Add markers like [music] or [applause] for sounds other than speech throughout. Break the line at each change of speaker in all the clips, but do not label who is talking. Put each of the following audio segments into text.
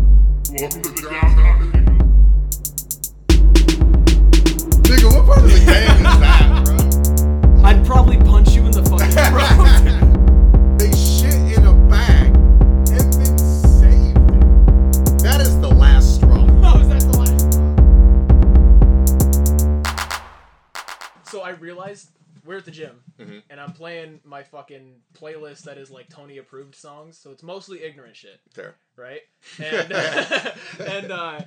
Welcome to the downtown. nigga.
Nigga, what part of the game is that, bro?
I'd probably punch you in the
[laughs]
fucking [laughs] throat.
They shit in a bag and then saved it. That is the last straw.
Oh, is that the last So I realized we're at the gym,
Mhm.
and I'm playing my fucking playlist that is like Tony approved songs. So it's mostly ignorant shit,
There.
right?
[laughs]
And [laughs] and uh,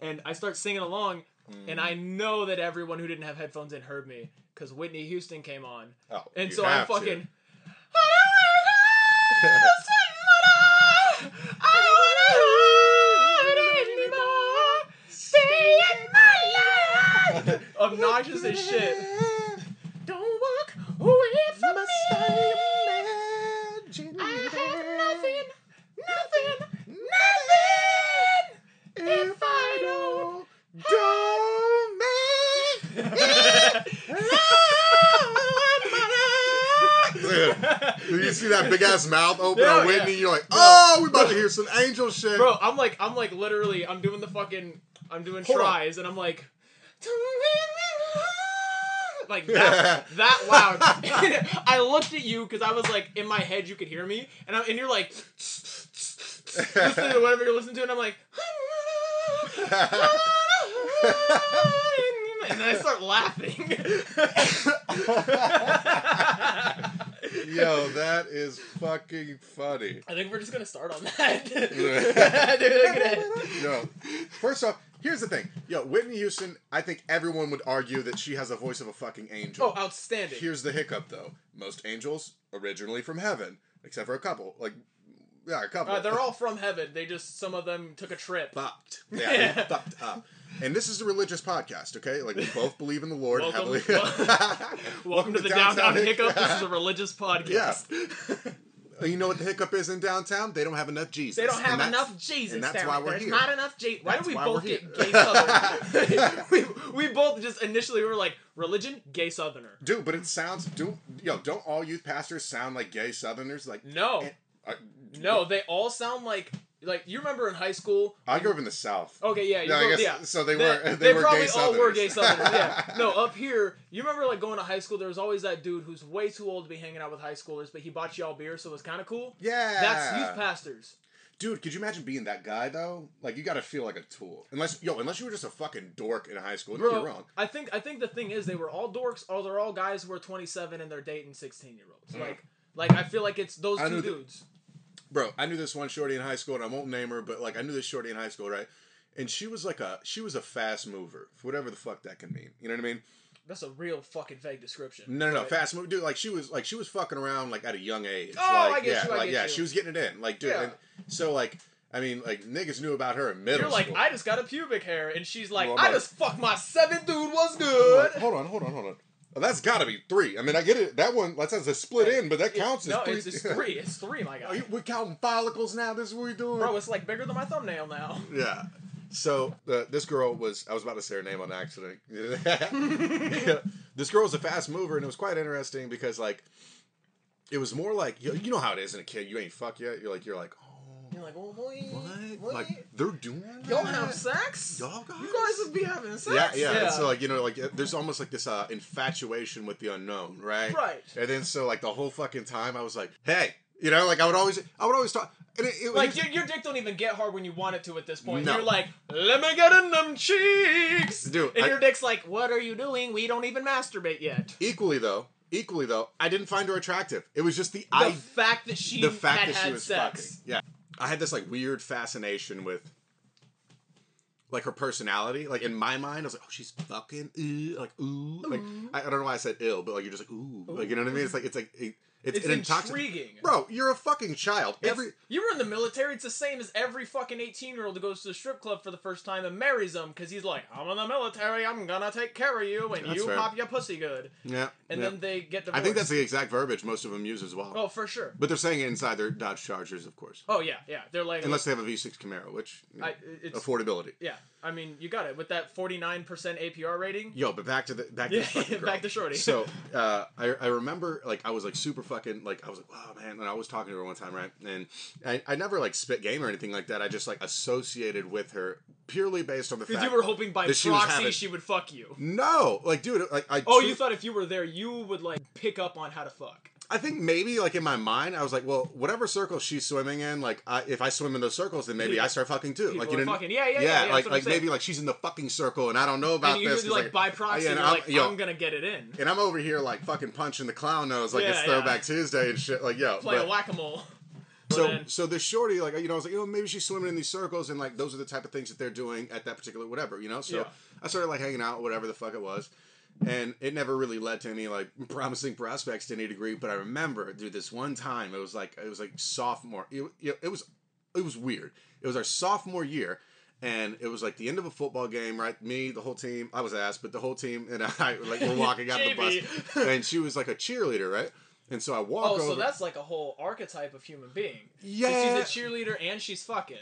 and I start singing along, and I know that everyone who didn't have headphones in heard me because Whitney Houston came on,
Oh,
and
you
so I'm
have to. [laughs]
fucking. [laughs] I don't wanna hurt anymore. Obnoxious as shit. Don't walk away from me. I have nothing, nothing, nothing. If I don't,
Do
[laughs]
you see that big ass mouth open
Yeah,
on Whitney?
yeah.
You're like, oh, we about to hear some angel shit. [laughs]
Bro, I'm like, I'm like, literally, I'm doing the fucking, I'm doing
Hold on.
tries, and I'm like, like [laughs] that, that loud. [laughs] I looked at you because I was like, in my head, you could hear me, and I'm, and you're like, listening to whatever you're listening to, and I'm like, [laughs] and then I start laughing.
Yo, that is fucking funny.
[laughs] I think we're just gonna start on [laughs] that. Dude, look at
Yo, first off, here's the thing. Yo, Whitney Houston, I think everyone would argue that she has a voice of a fucking angel.
oh, outstanding.
Here's the hiccup, though. Most angels originally from heaven, except for a couple. Like, yeah, a couple.
Uh, they're all from heaven. They just some of them took a trip. [laughs]
fucked. Yeah, they fucked up. And this is a religious podcast, okay? Like we both believe in the Lord
Welcome-
heavily. [laughs]
Welcome to the downtown, hiccup. This is a religious podcast.
[laughs] You know what the hiccup is in downtown? They don't have enough Jesus.
They don't
And
have
that's-
enough Jesus.
and that's
down
why
there.
we're
There's
here.
not enough Jesus. Why
That's
do we
why
both
we're
get
here.
gay
[laughs]
Southerner? we, [laughs] we both just initially were like religion, gay Southerner.
Dude, but it sounds do yo. Don't all youth pastors sound like gay Southerners? Like
No,
eh, I,
no, they all sound like like you remember in high school.
I grew up in the South.
Okay, Oh, yeah, you
Yeah, I
go-
guess-
yeah.
so [laughs] they
That-
were- they were
probably
gay
all were gay
Southerners.
Southerners.
[laughs]
Yeah, no, uh, up here, you remember like going to high school. There was always that dude who's way too old to be hanging out with high schoolers, but he bought you all beer, so it was kind of cool.
Yeah,
That's youth pastors.
Dude, could you imagine being that guy though? Like you got to feel like a tool. Unless yo, unless you were just a fucking dork in high school. Don't get
Bro,
me wrong.
I think I think the thing is they were all dorks, or they're all guys who are 27 and they're dating 16 year olds. Like, like I feel like it's those
Mm. I
two
knew th-
dudes.
bro i knew this one shorty in high school and i won't name her but like i knew this shorty in high school right and she was like a she was a fast mover whatever the fuck that can mean you know what i mean
That's a real fucking vague description.
no no no
But-
fast mover dude like she was like she was fucking around like at a young age
Oh, I
like
get
yeah
you, I
like
get
yeah
you.
she was getting it in like dude
Yeah.
and so like i mean like niggas knew about her in middle
You're like,
school
I just got a pubic hair, and she's like,
Well, I'm
I
like-
just fucked my seven dude was
I'm
good.
like, hold on hold on hold on Well, that's gotta be three i mean i get it that one that's as a split in but that counts as
no,
three
it's
[laughs]
just three. It's three, my
Are
guy.
you- we're counting follicles now this is what we're doing
Bro, it's like bigger than my thumbnail now.
Yeah. So uh, this girl was, I was about to say her name on accident. [laughs] this girl was a fast mover, and it was quite interesting because, like, it was more like, you, you know how it is in a kid, you ain't fuck yet. You're like, you're like, oh,
You're like, oh, boy,
what?
boy,
Like, they're doing
y'all
that?
have sex?
Y'all guys?
You guys would be having
yeah,
sex?
yeah. And so like you know, like uh, there's almost like this uh, infatuation with the unknown, right?
Right.
And then so like the whole fucking time, I was like, hey, you know, like I would always, I would always talk, and it, [laughs] it
Like
was
your, your dick don't even get hard when you want it to at this point.
No.
You're like, let me get in them cheeks,
Dude,
And
I-
your dick's like, what are you doing? We don't even masturbate yet.
equally though, equally though, I didn't find her attractive. It was just the,
The
idea.
fact that she
the fact
had
that
had
she was
sex.
fucking. Yeah. I had this like weird fascination with like her personality. Like in my mind, I was like, oh, she's fucking ooh, like ooh, like I, I don't know why I said ill, but like you're just like ooh, like you know what I mean? It's like it's like it- it's,
It's
an intoxicating.
intriguing.
Bro, you're a fucking child.
It's-
Every
you were in the military. It's the same as every fucking eighteen year old who goes to the strip club for the first time and marries them because he's like, I'm in the military. I'm gonna take care of you, and
That's
you
fair.
pop your pussy good.
yeah,
And
yeah.
then they get divorced.
I think that's the exact verbiage most of them use as well.
oh for sure.
But they're saying it inside their Dodge Chargers, of course,
Oh yeah, yeah. They're like,
unless they have a V6 Camaro, which you know,
I, it's
affordability.
yeah. I mean, you got it with that forty nine percent APR rating.
Yo, but back to the back to
[laughs] Yeah, [laughs]
the fucking girl.
back to Shorty.
So uh, I I remember like I was like super fucking like I was like, oh man, and I was talking to her one time, right? And I, I never like spit game or anything like that. I just like associated with her purely based on the
Because
fact
you were hoping by
that
proxy
she
she,
was having-
would fuck you.
No, like dude, like I
Oh, you thought if you were there, you would like pick up on how to fuck.
I think maybe like in my mind, I was like, well, whatever circle she's swimming in, like I, if I swim in those circles, then maybe
People-
I start fucking too. Like
people
you
are
didn't,
fucking- yeah, yeah, yeah, yeah, that's
like
what I'm
like maybe
saying.
like she's in the fucking circle, and I don't know about
and you
this.
would
'cause,
like, by proxy,
Uh, yeah, and
and you're
I'm-
like,
yo.
I'm gonna get it in.
and I'm over here like fucking punching the clown nose, like
Yeah,
it's
yeah.
Throwback Tuesday and shit. Like yo,
Play
but-
a whack a [laughs] mole.
so
then-
so this shorty, like you know, I was like, you know, maybe she's swimming in these circles, and like those are the type of things that they're doing at that particular whatever, you know. So
Yeah.
I started like hanging out, whatever the fuck it was, and it never really led to any like [laughs] promising prospects to any degree. But I remember, dude, this one time it was like it was like sophomore. It, it, it was it was weird. It was our sophomore year. And it was like the end of a football game, right? Me, the whole team, I was ass, but the whole team and [laughs] I like were walking
[laughs]
out of the bus,
JB.
and she was like a cheerleader, right? And so I walk
Oh,
over.
so that's like a whole archetype of human being. 'Cause
Yeah.
She's a cheerleader and she's fucking.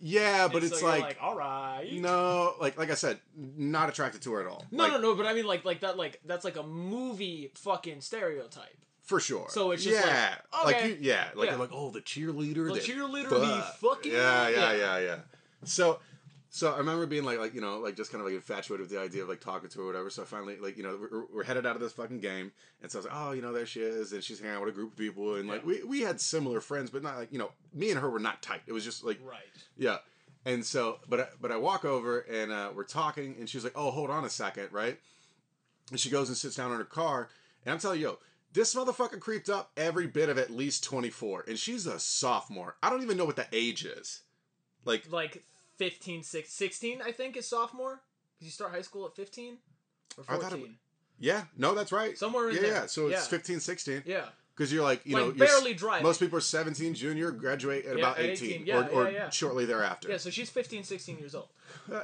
yeah, but
And
it's
so you're
like
all right.
No, like like I said, not attracted to her at all.
No,
Like,
no, no. But I mean, like, like that, like that's like a movie fucking stereotype.
for sure.
So it's just
yeah,
like, okay.
you, yeah, like
Yeah.
you're like oh the cheerleader,
The
that
cheerleader be fucking-
yeah, yeah,
yeah.
yeah, yeah. So, so I remember being like like you know like just kind of like infatuated with the idea of like talking to her or whatever. So I finally like you know we're, we're headed out of this fucking game, and so I was like oh you know there she is, and she's hanging out with a group of people, and like
Yeah.
we we had similar friends, but not like you know me and her were not tight. It was just like
Right.
Yeah. And so, but I, but I walk over and uh, we're talking, and she's like, "Oh, hold on a second, right?" And she goes and sits down in her car, and I'm telling you, yo, this motherfucker creeped up every bit of at least 24, and she's a sophomore. I don't even know what the age is. Like,
Like 15, six- 16, I think, is sophomore. Because you start high school at 15 or
I
14.
thought it yeah, no, that's right.
Somewhere in
yeah,
there.
yeah. So it's
Yeah.
15, 16,
yeah.
because you're like, you
Like,
know, you're s-
barely driving.
Most people are 17, junior, graduate at
Yeah,
about
at
18,
18, yeah,
or, or
yeah, yeah.
shortly thereafter.
Yeah, so she's 15, 16 years old.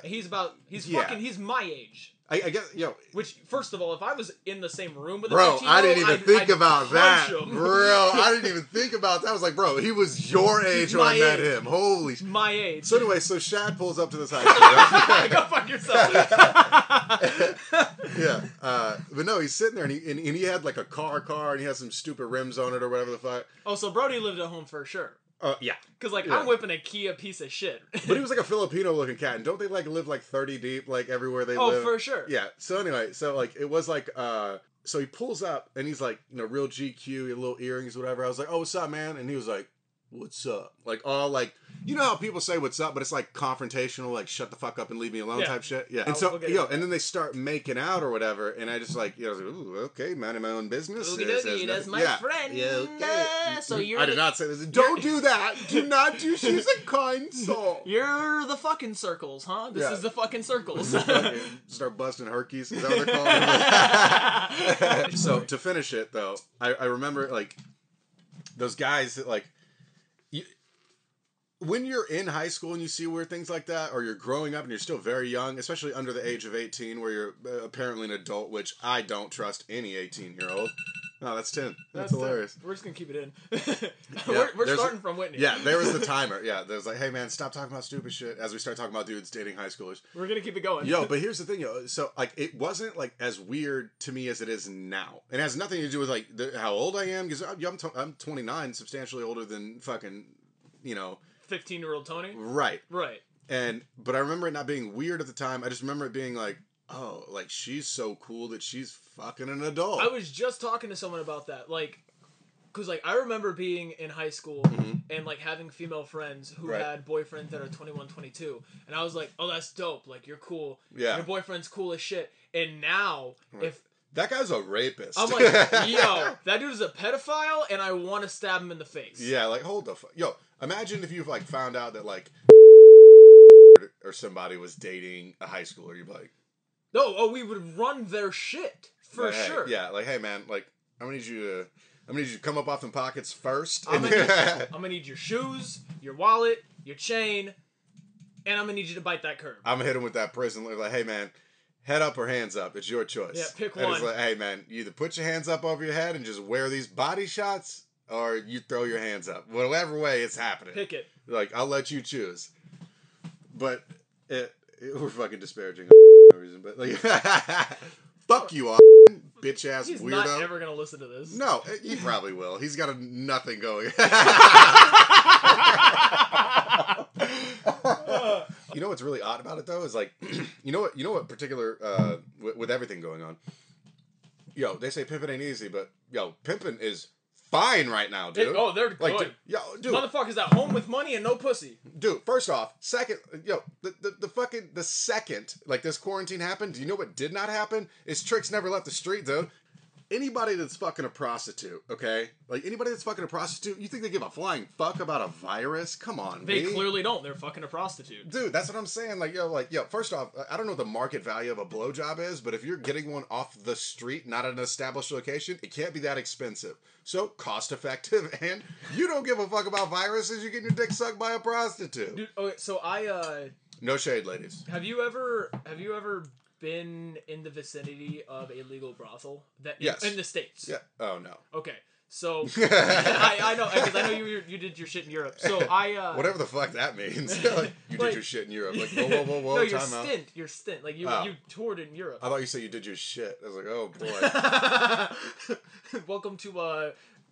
He's about, he's
Yeah.
fucking, he's my age.
I, I guess, yo,
Which, first of all, if I was in the same room with a
Bro,
15
I didn't even think about that. Bro, I
I...
didn't even think about that. I was like, bro, he was your age when
my
I met
age.
him. Holy sh-
My age. [laughs]
So anyway, so Shad pulls up to this high
Go fuck
[laughs]
yourself.
school. yeah. Uh, but no, he's sitting there and he, and, and he had like a car car and he had some stupid rims on it or whatever the fuck.
oh, so Brody lived at home for sure.
Uh, yeah.
Because, like,
Yeah.
I'm whipping a Kia piece of shit.
But he was like a Filipino looking cat and don't they like live like 30 deep like everywhere they
oh,
live?
for sure.
Yeah. So anyway, so like it was like uh so he pulls up and he's like, you know, real GQ, he had little earrings, whatever. I was like, Oh, what's up, man? And he was like, What's up? Like all like you know how people say what's up, but it's like confrontational, like shut the fuck up and leave me alone
Yeah.
type shit. Yeah. And
I'll-
so
we'll get
yo,
into
and then they start making out or whatever, and I just like you know, I was like, Ooh, okay, minding my own business.
Oogie
There's-
dogie,
there's
that's
nothing-
my friend. Uh, so you're
Mm-hmm. I did
the-
not say this. Don't do that. Do not do she's
[laughs]
a kind soul.
You're the fucking circles, huh? This
Yeah.
is the
[laughs]
fucking circles.
Fucking start busting herkies. Is that what
[laughs]
they're called? so to finish it though, I, I remember like those guys that like you, when you're in high school and you see weird things like that, or you're growing up and you're still very young, especially under the age of 18, where you're uh, apparently an adult, which I don't trust any 18 year old. No, that's 10. That's,
uh,
hilarious.
We're just gonna keep it in. [laughs] we're we're
there's a-
starting from Whitney.
Yeah, there was the timer. Yeah, there's like, hey man, stop talking about stupid shit as we start talking about dudes dating high schoolers.
we're gonna keep it going.
Yo, but here's the thing, yo. So like, it wasn't like as weird to me as it is now. It has nothing to do with like the, how old I am because I'm t- I'm 29, substantially older than fucking, you know,
Fifteen year old Tony.
right.
Right.
And but I remember it not being weird at the time. I just remember it being like, oh, like she's so cool that she's fucking an adult.
I was just talking to someone about that, like, cause like I remember being in high school and like having female friends who
Mm-hmm. Right.
had boyfriends that are 21, 22. and I was like, oh, that's dope. Like you're cool.
Yeah.
Your boyfriend's cool as shit. And now, if
that guy's a rapist. [laughs]
I'm like, yo, that dude is a pedophile, and I want to stab him in the face.
yeah, like hold the fuck, yo. Imagine if you've like found out that like [laughs] or somebody was dating a high schooler. You'd be like.
No, oh, we would run their shit for
Like, hey,
sure.
yeah, like hey man, like I'm gonna need you to I'm gonna need you to come up off them pockets first.
I'm gonna, need,
[laughs]
I'm gonna need your shoes, your wallet, your chain, and I'm gonna need you to bite that curb.
I'm gonna hit him with that prison look like, hey man, head up or hands up. It's your choice.
Yeah, pick
and It's
one.
like, hey man, you either put your hands up over your head and just wear these body shots, or you throw your hands up. Whatever way it's happening.
Pick it.
Like, I'll let you choose. But [laughs] it, it- we're fucking disparaging for no reason, but like [laughs] fuck you [laughs] all. bitch ass
He's
weirdo.
not ever gonna listen to this.
No, he probably will. He's got a nothing
[laughs]
going.
Uh,
you know what's really odd about it though is like, [clears throat] you know what? You know what? Particular uh, with, with everything going on. Yo, they say pimping ain't easy, but yo, pimping is fine right now,
They-
dude.
oh, they're
like,
good.
dude, yo, dude,
Motherfuckers at home with money and no pussy.
dude. First off, second, yo, the, the the fucking the second like this quarantine happened. Do you know what did not happen? Is tricks never left the street, dude. Anybody that's fucking a prostitute, okay? Like anybody that's fucking a prostitute, you think they give a flying fuck about a virus? Come on,
They
B.
clearly don't. They're fucking a prostitute.
Dude, that's what I'm saying. Like, yo, like, yo, first off, I- I don't know what the market value of a blowjob is, but if you're getting one off the street, not at an established location, it can't be that expensive. So, cost effective, [laughs] and you don't give a fuck about viruses, you're getting your dick sucked by a prostitute.
Dude, okay, so I uh
No shade, ladies.
have you ever have you ever been in the vicinity of a legal brothel that in-
Yes.
in, the states?
Yeah. Oh, no.
Okay. So
[laughs]
[laughs] I, I know because I know you you- you did your shit in Europe.
[laughs]
So I uh
Whatever the fuck that means. [laughs] like, you
Like-
did your shit in Europe.
[laughs]
Like, whoa, whoa, whoa, whoa,
no, your
time out.
stint, your stint. Like you
Oh.
you toured in Europe.
I thought you said you did your shit. I was like, oh, boy. Oh.
Welcome to uh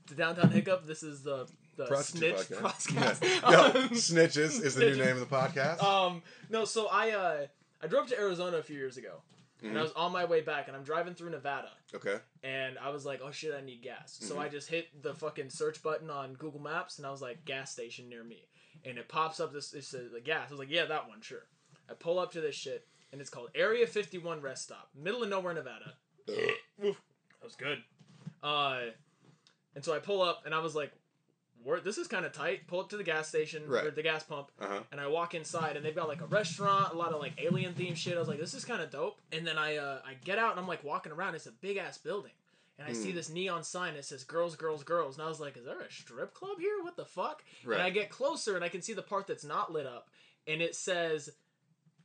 to Downtown Hiccup. This is the the
Prostitute
[laughs] snitch
podcast. [laughs]
[laughs] podcast.
Yeah. Yo,
Um,
Snitches is the new
Snitches.
name of the podcast.
Um, no, so I uh, I drove to Arizona a few years ago,
Mm-hmm.
and I was on my way back, and I'm driving through Nevada,
okay.
and I was like, oh shit, I need gas. So I just hit the fucking search button on Google Maps, and I was like, gas station near me, and it pops up this it says like gas. I was like, yeah, that one, sure. I pull up to this shit, and it's called Area 51 Rest Stop, middle of nowhere, Nevada. eh. That was good. Uh, and so I pull up, and I was like, "Where this is kind of tight." Pull up to the gas station or
Right.
the gas pump,
Uh-huh.
and I walk inside, and they've got like a restaurant, a lot of like alien themed shit. I was like, "This is kind of dope." And then I uh, I get out, and I'm like walking around. It's a big ass building, and I see
Hmm.
this neon sign that says "Girls, Girls, Girls," and I was like, "Is there a strip club here? What the fuck?"
Right.
And I get closer, and I can see the part that's not lit up, and it says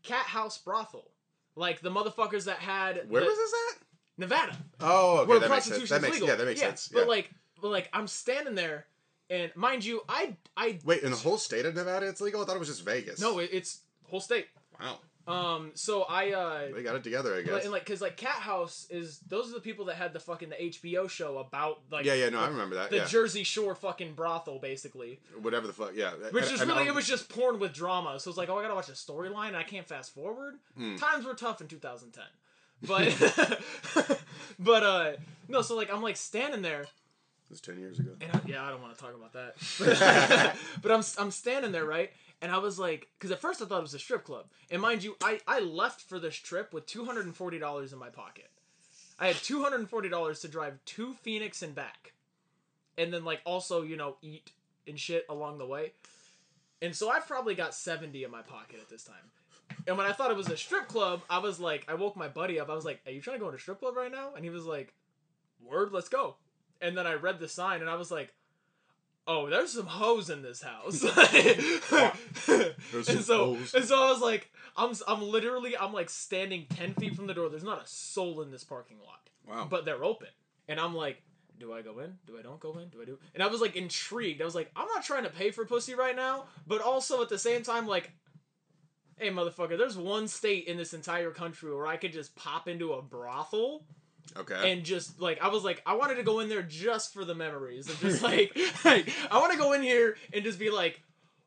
"Cat House Brothel." Like the motherfuckers that had
Where
the-
was this at?
Nevada
Oh, okay,
where
that makes
prostitution
sense. That
is
makes
legal.
yeah, that makes sense.
But
yeah.
like, but like, I'm standing there, and mind you, I, I
wait, in the whole state of Nevada, it's legal. I thought it was just Vegas.
no, it, it's whole state.
wow,
Um, so I, uh,
they got it together, I
like,
guess.
and like, cause like, Cat House is those are the people that had the fucking the HBO show about like,
yeah, yeah, no, I remember that.
the
Yeah,
Jersey Shore fucking brothel, basically,
whatever the fuck. Yeah,
which
And-
is
and um
really
I'll-
it was just porn with drama. So it's like, oh, I gotta watch a storyline. and I can't fast forward.
Hmm.
Times were tough
[laughs]
in 2010, but [laughs] but uh, no. So like, I'm like standing there,
it was ten years ago.
And I, yeah, I don't want to talk about that. [laughs] but I'm I'm standing there, right? And I was like, because at first I thought it was a strip club. And mind you, I, I left for this trip with two hundred and forty dollars in my pocket. I had two hundred and forty dollars to drive to Phoenix and back, and then like also you know eat and shit along the way. And so I've probably got seventy in my pocket at this time. And when I thought it was a strip club, I was like, I woke my buddy up. I was like, "Are you trying to go to a strip club right now?" And he was like, "Word, let's go." And then I read the sign, and I was like, "Oh, there's some hoes in this house." [laughs]
some
and so,
hoes.
and so I was like, "I'm, I'm literally, I'm like standing ten feet from the door. There's not a soul in this parking lot."
Wow,
but they're open. And I'm like, do I go in? Do I don't go in? Do I do? And I was like intrigued. I was like, I'm not trying to pay for pussy right now, but also at the same time, like, hey, motherfucker, there's one state in this entire country where I could just pop into a brothel
okay.
and just like, I was like, I wanted to go in there just for the memories. And just like, like, I want to go in here and just be like,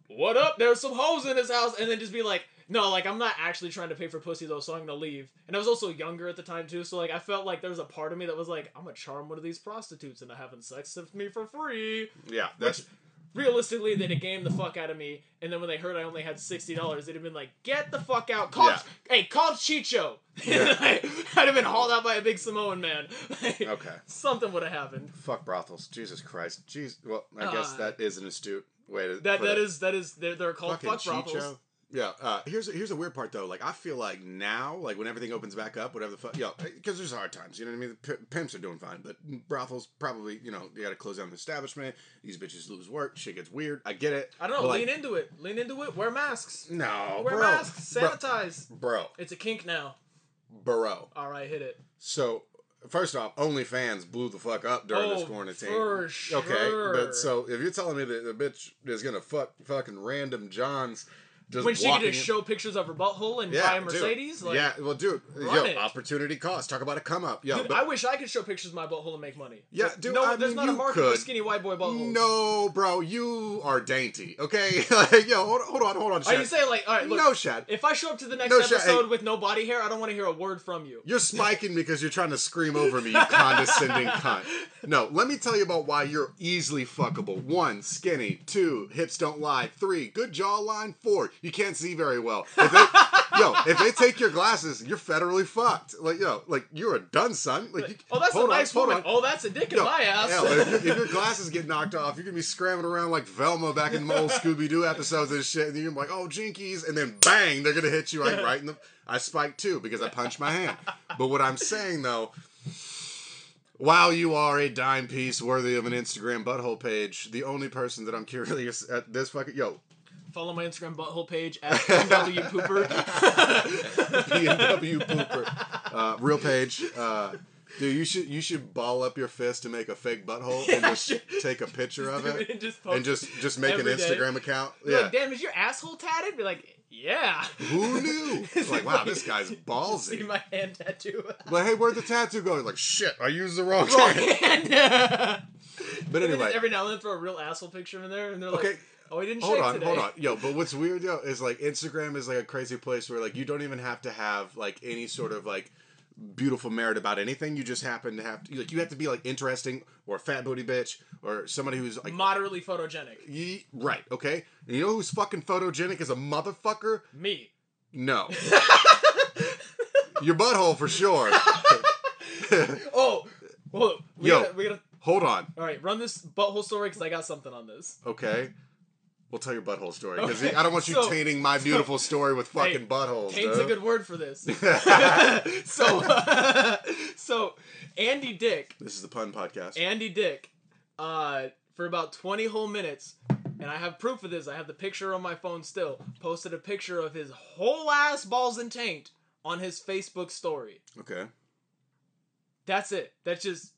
what up? There's some hoes in this house. And then just be like, no, like I'm not actually trying to pay for pussy though, so I'm gonna leave. And I was also younger at the time too, so like I felt like there was a part of me that was like, I'm gonna charm one of these prostitutes into having sex with me for free.
yeah, that's
Realistically, they'd have gamed the fuck out of me, and then when they heard I only had sixty dollars, they'd have been like, "Get the fuck out!" Call,
Yeah.
hey, call Chicho. [laughs]
Yeah.
I, would have been hauled out by a big Samoan man. Like,
okay.
something would have happened.
Fuck brothels. Jesus Christ. Jeez. Well, I guess
Uh,
that is an astute way to.
That
put
that
it.
is that is they're, they're called
fucking
fuck brothels.
Chicho. Yeah. Uh, here's here's the weird part though. Like I feel like now, like when everything opens back up, whatever the fuck, yo, because there's hard times. You know what I mean? The p- pimps are doing fine, but brothels probably, you know, they got to close down the establishment. These bitches lose work. Shit gets weird. I get it.
I don't know.
But,
lean
like,
into it. Lean into it. Wear masks.
No,
Wear
bro.
masks.
Bro.
Sanitize.
Bro,
It's a kink now.
bro.
All right, hit it.
So first off, OnlyFans blew the fuck up during this
Oh,
quarantine.
for
Okay,
sure.
but so if you're telling me that the bitch is gonna fuck fucking random Johns Just
when she could
walking
just
in-
show pictures of her butthole and
yeah,
buy a
dude.
Mercedes. Like,
yeah, well, dude,
run
yo,
it.
opportunity cost. Talk about a come up, yo.
dude,
but
I wish I could show pictures of my butthole and make money.
Yeah,
But
dude,
No,
I
there's
mean,
not
you
a market for
could.
skinny white boy buttholes.
no, bro, you are dainty. Okay, [laughs] like, yo, hold, hold on, hold on,
Are you
Shad.
saying like, all right, look,
no, Shad.
if I show up to the next
No, Sha-
episode
hey.
with no body hair, I don't want to hear a word from you.
You're spiking because you're trying to scream over me, you
[laughs]
condescending cunt. No, let me tell you about why you're easily fuckable. One, skinny. Two, hips don't lie. Three, good jawline. Four, you can't see very well. If
[laughs]
they, yo, if they take your glasses, you're federally fucked. Like yo, like you're a done son. Like, you,
Oh, that's
hold
a
on,
nice
hold
woman.
on.
Oh, that's a dick in
Yo,
my ass.
hell, if, your- if your glasses get knocked off, you're gonna be scrambling around like Velma back in
[laughs]
the old Scooby Doo episodes and shit. And you're gonna be like, "Oh, jinkies!" And then bang, they're gonna hit you like right in the. I spiked too because I punched my hand. But what I'm saying though, while you are a dime piece worthy of an Instagram butthole page, the only person that I'm curious at this fucking yo
[laughs] Follow my Instagram butthole page at MW Pooper.
BMW pooper, uh, real page. Uh, Dude, you should you should ball up your fist and make a fake butthole and
Yeah, I
just
should.
take a picture of it.
and [laughs] just,
[laughs] and just just make an
Every day.
Instagram account.
yeah.
Yeah.
like, damn, is your asshole tatted? Be like, yeah.
Who
[laughs]
knew? Like, wow, this guy's
See
ballsy.
my
[laughs]
hand tattoo. [laughs]
But hey, where'd the tattoo go? Like, shit, I used the wrong
Wrong
hand.
hand.
But anyway,
every now and then throw a real asshole picture in there, and they're
okay,
like, "Oh, he didn't
hold
shave
on,
today."
hold on. Yo, but what's weird, yo, is like Instagram is like a crazy place where like you don't even have to have like any sort of like beautiful merit about anything. You just happen to have to, like, you have to be like interesting or a fat booty bitch or somebody who's like.
Moderately photogenic.
Ye- Right, okay? And you know who's fucking photogenic as a motherfucker?
Me. [laughs]
No. Your butthole for sure.
Oh, whoa. We
Yo.
gotta, we gotta.
Hold on.
All right, run this butthole story because I got something on this.
Okay. We'll tell your butthole story because
Okay,
I don't want you
so-
tainting my beautiful story with fucking buttholes.
Pain's a
dude.
good word for this. [laughs] so, [laughs] so Andy Dick,
[laughs] this is the pun podcast.
Andy Dick, uh, for about twenty whole minutes, and I have proof of this. I have the picture on my phone still. Posted a picture of his whole ass balls and taint on his Facebook story.
okay.
That's it. That's just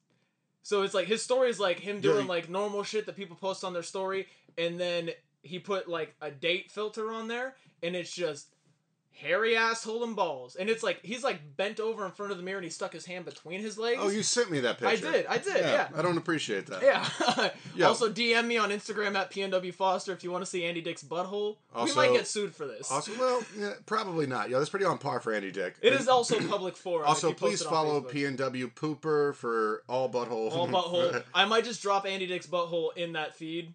so it's like his story is like him
Yeah,
doing
he-
like normal shit that people post on their story, and then he put like a date filter on there, and it's just hairy ass holding balls, and it's like he's like bent over in front of the mirror and he stuck his hand between his legs.
Oh, you sent me that
I
picture.
did, I did, yeah.
I don't appreciate that.
yeah. [laughs]
Yo.
Also, DM me on Instagram at PNW Foster if you want to see Andy Dick's butthole.
Also-
we might get sued for this.
Also, well, yeah, probably not. Yo, that's pretty on par for Andy Dick.
it is also public forum.
Also,
if you post
please
it on
follow
Facebook.
PNW Pooper for all butthole. [laughs]
all butthole. I might just drop Andy Dick's butthole in that feed.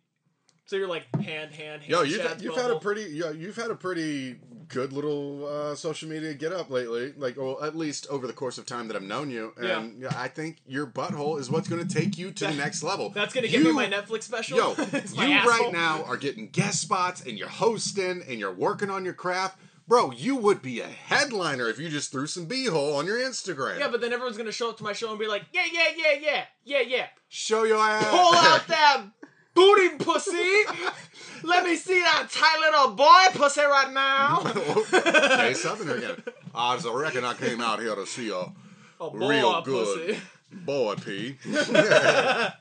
So you're like hand, hand, hand.
Yo, you've,
Chad's
you've had a
butthole.
pretty yo, you've had a pretty good little uh, social media get up lately. Like, well, at least over the course of time that I've known you, and yeah. I think your butthole is what's going to take you to the next level.
That's gonna give
You-
me my Netflix special.
Yo,
It's [laughs] my
you right
asshole.
now are getting guest spots, and you're hosting, and you're working on your craft, bro. You would be a headliner if you just threw some beehole on your Instagram.
Yeah, but then everyone's gonna show up to my show and be like, yeah, yeah, yeah, yeah, yeah,
[laughs]
yeah.
show your
[laughs]
ass.
Pull out that booty, pussy. Let me see that tight little boy pussy
[laughs]
right now.
[laughs] hey, Southerner
[laughs]
again. Odds, I reckon I came out here to see a
A boy
Real good.
pussy.
Boy, P. [laughs] I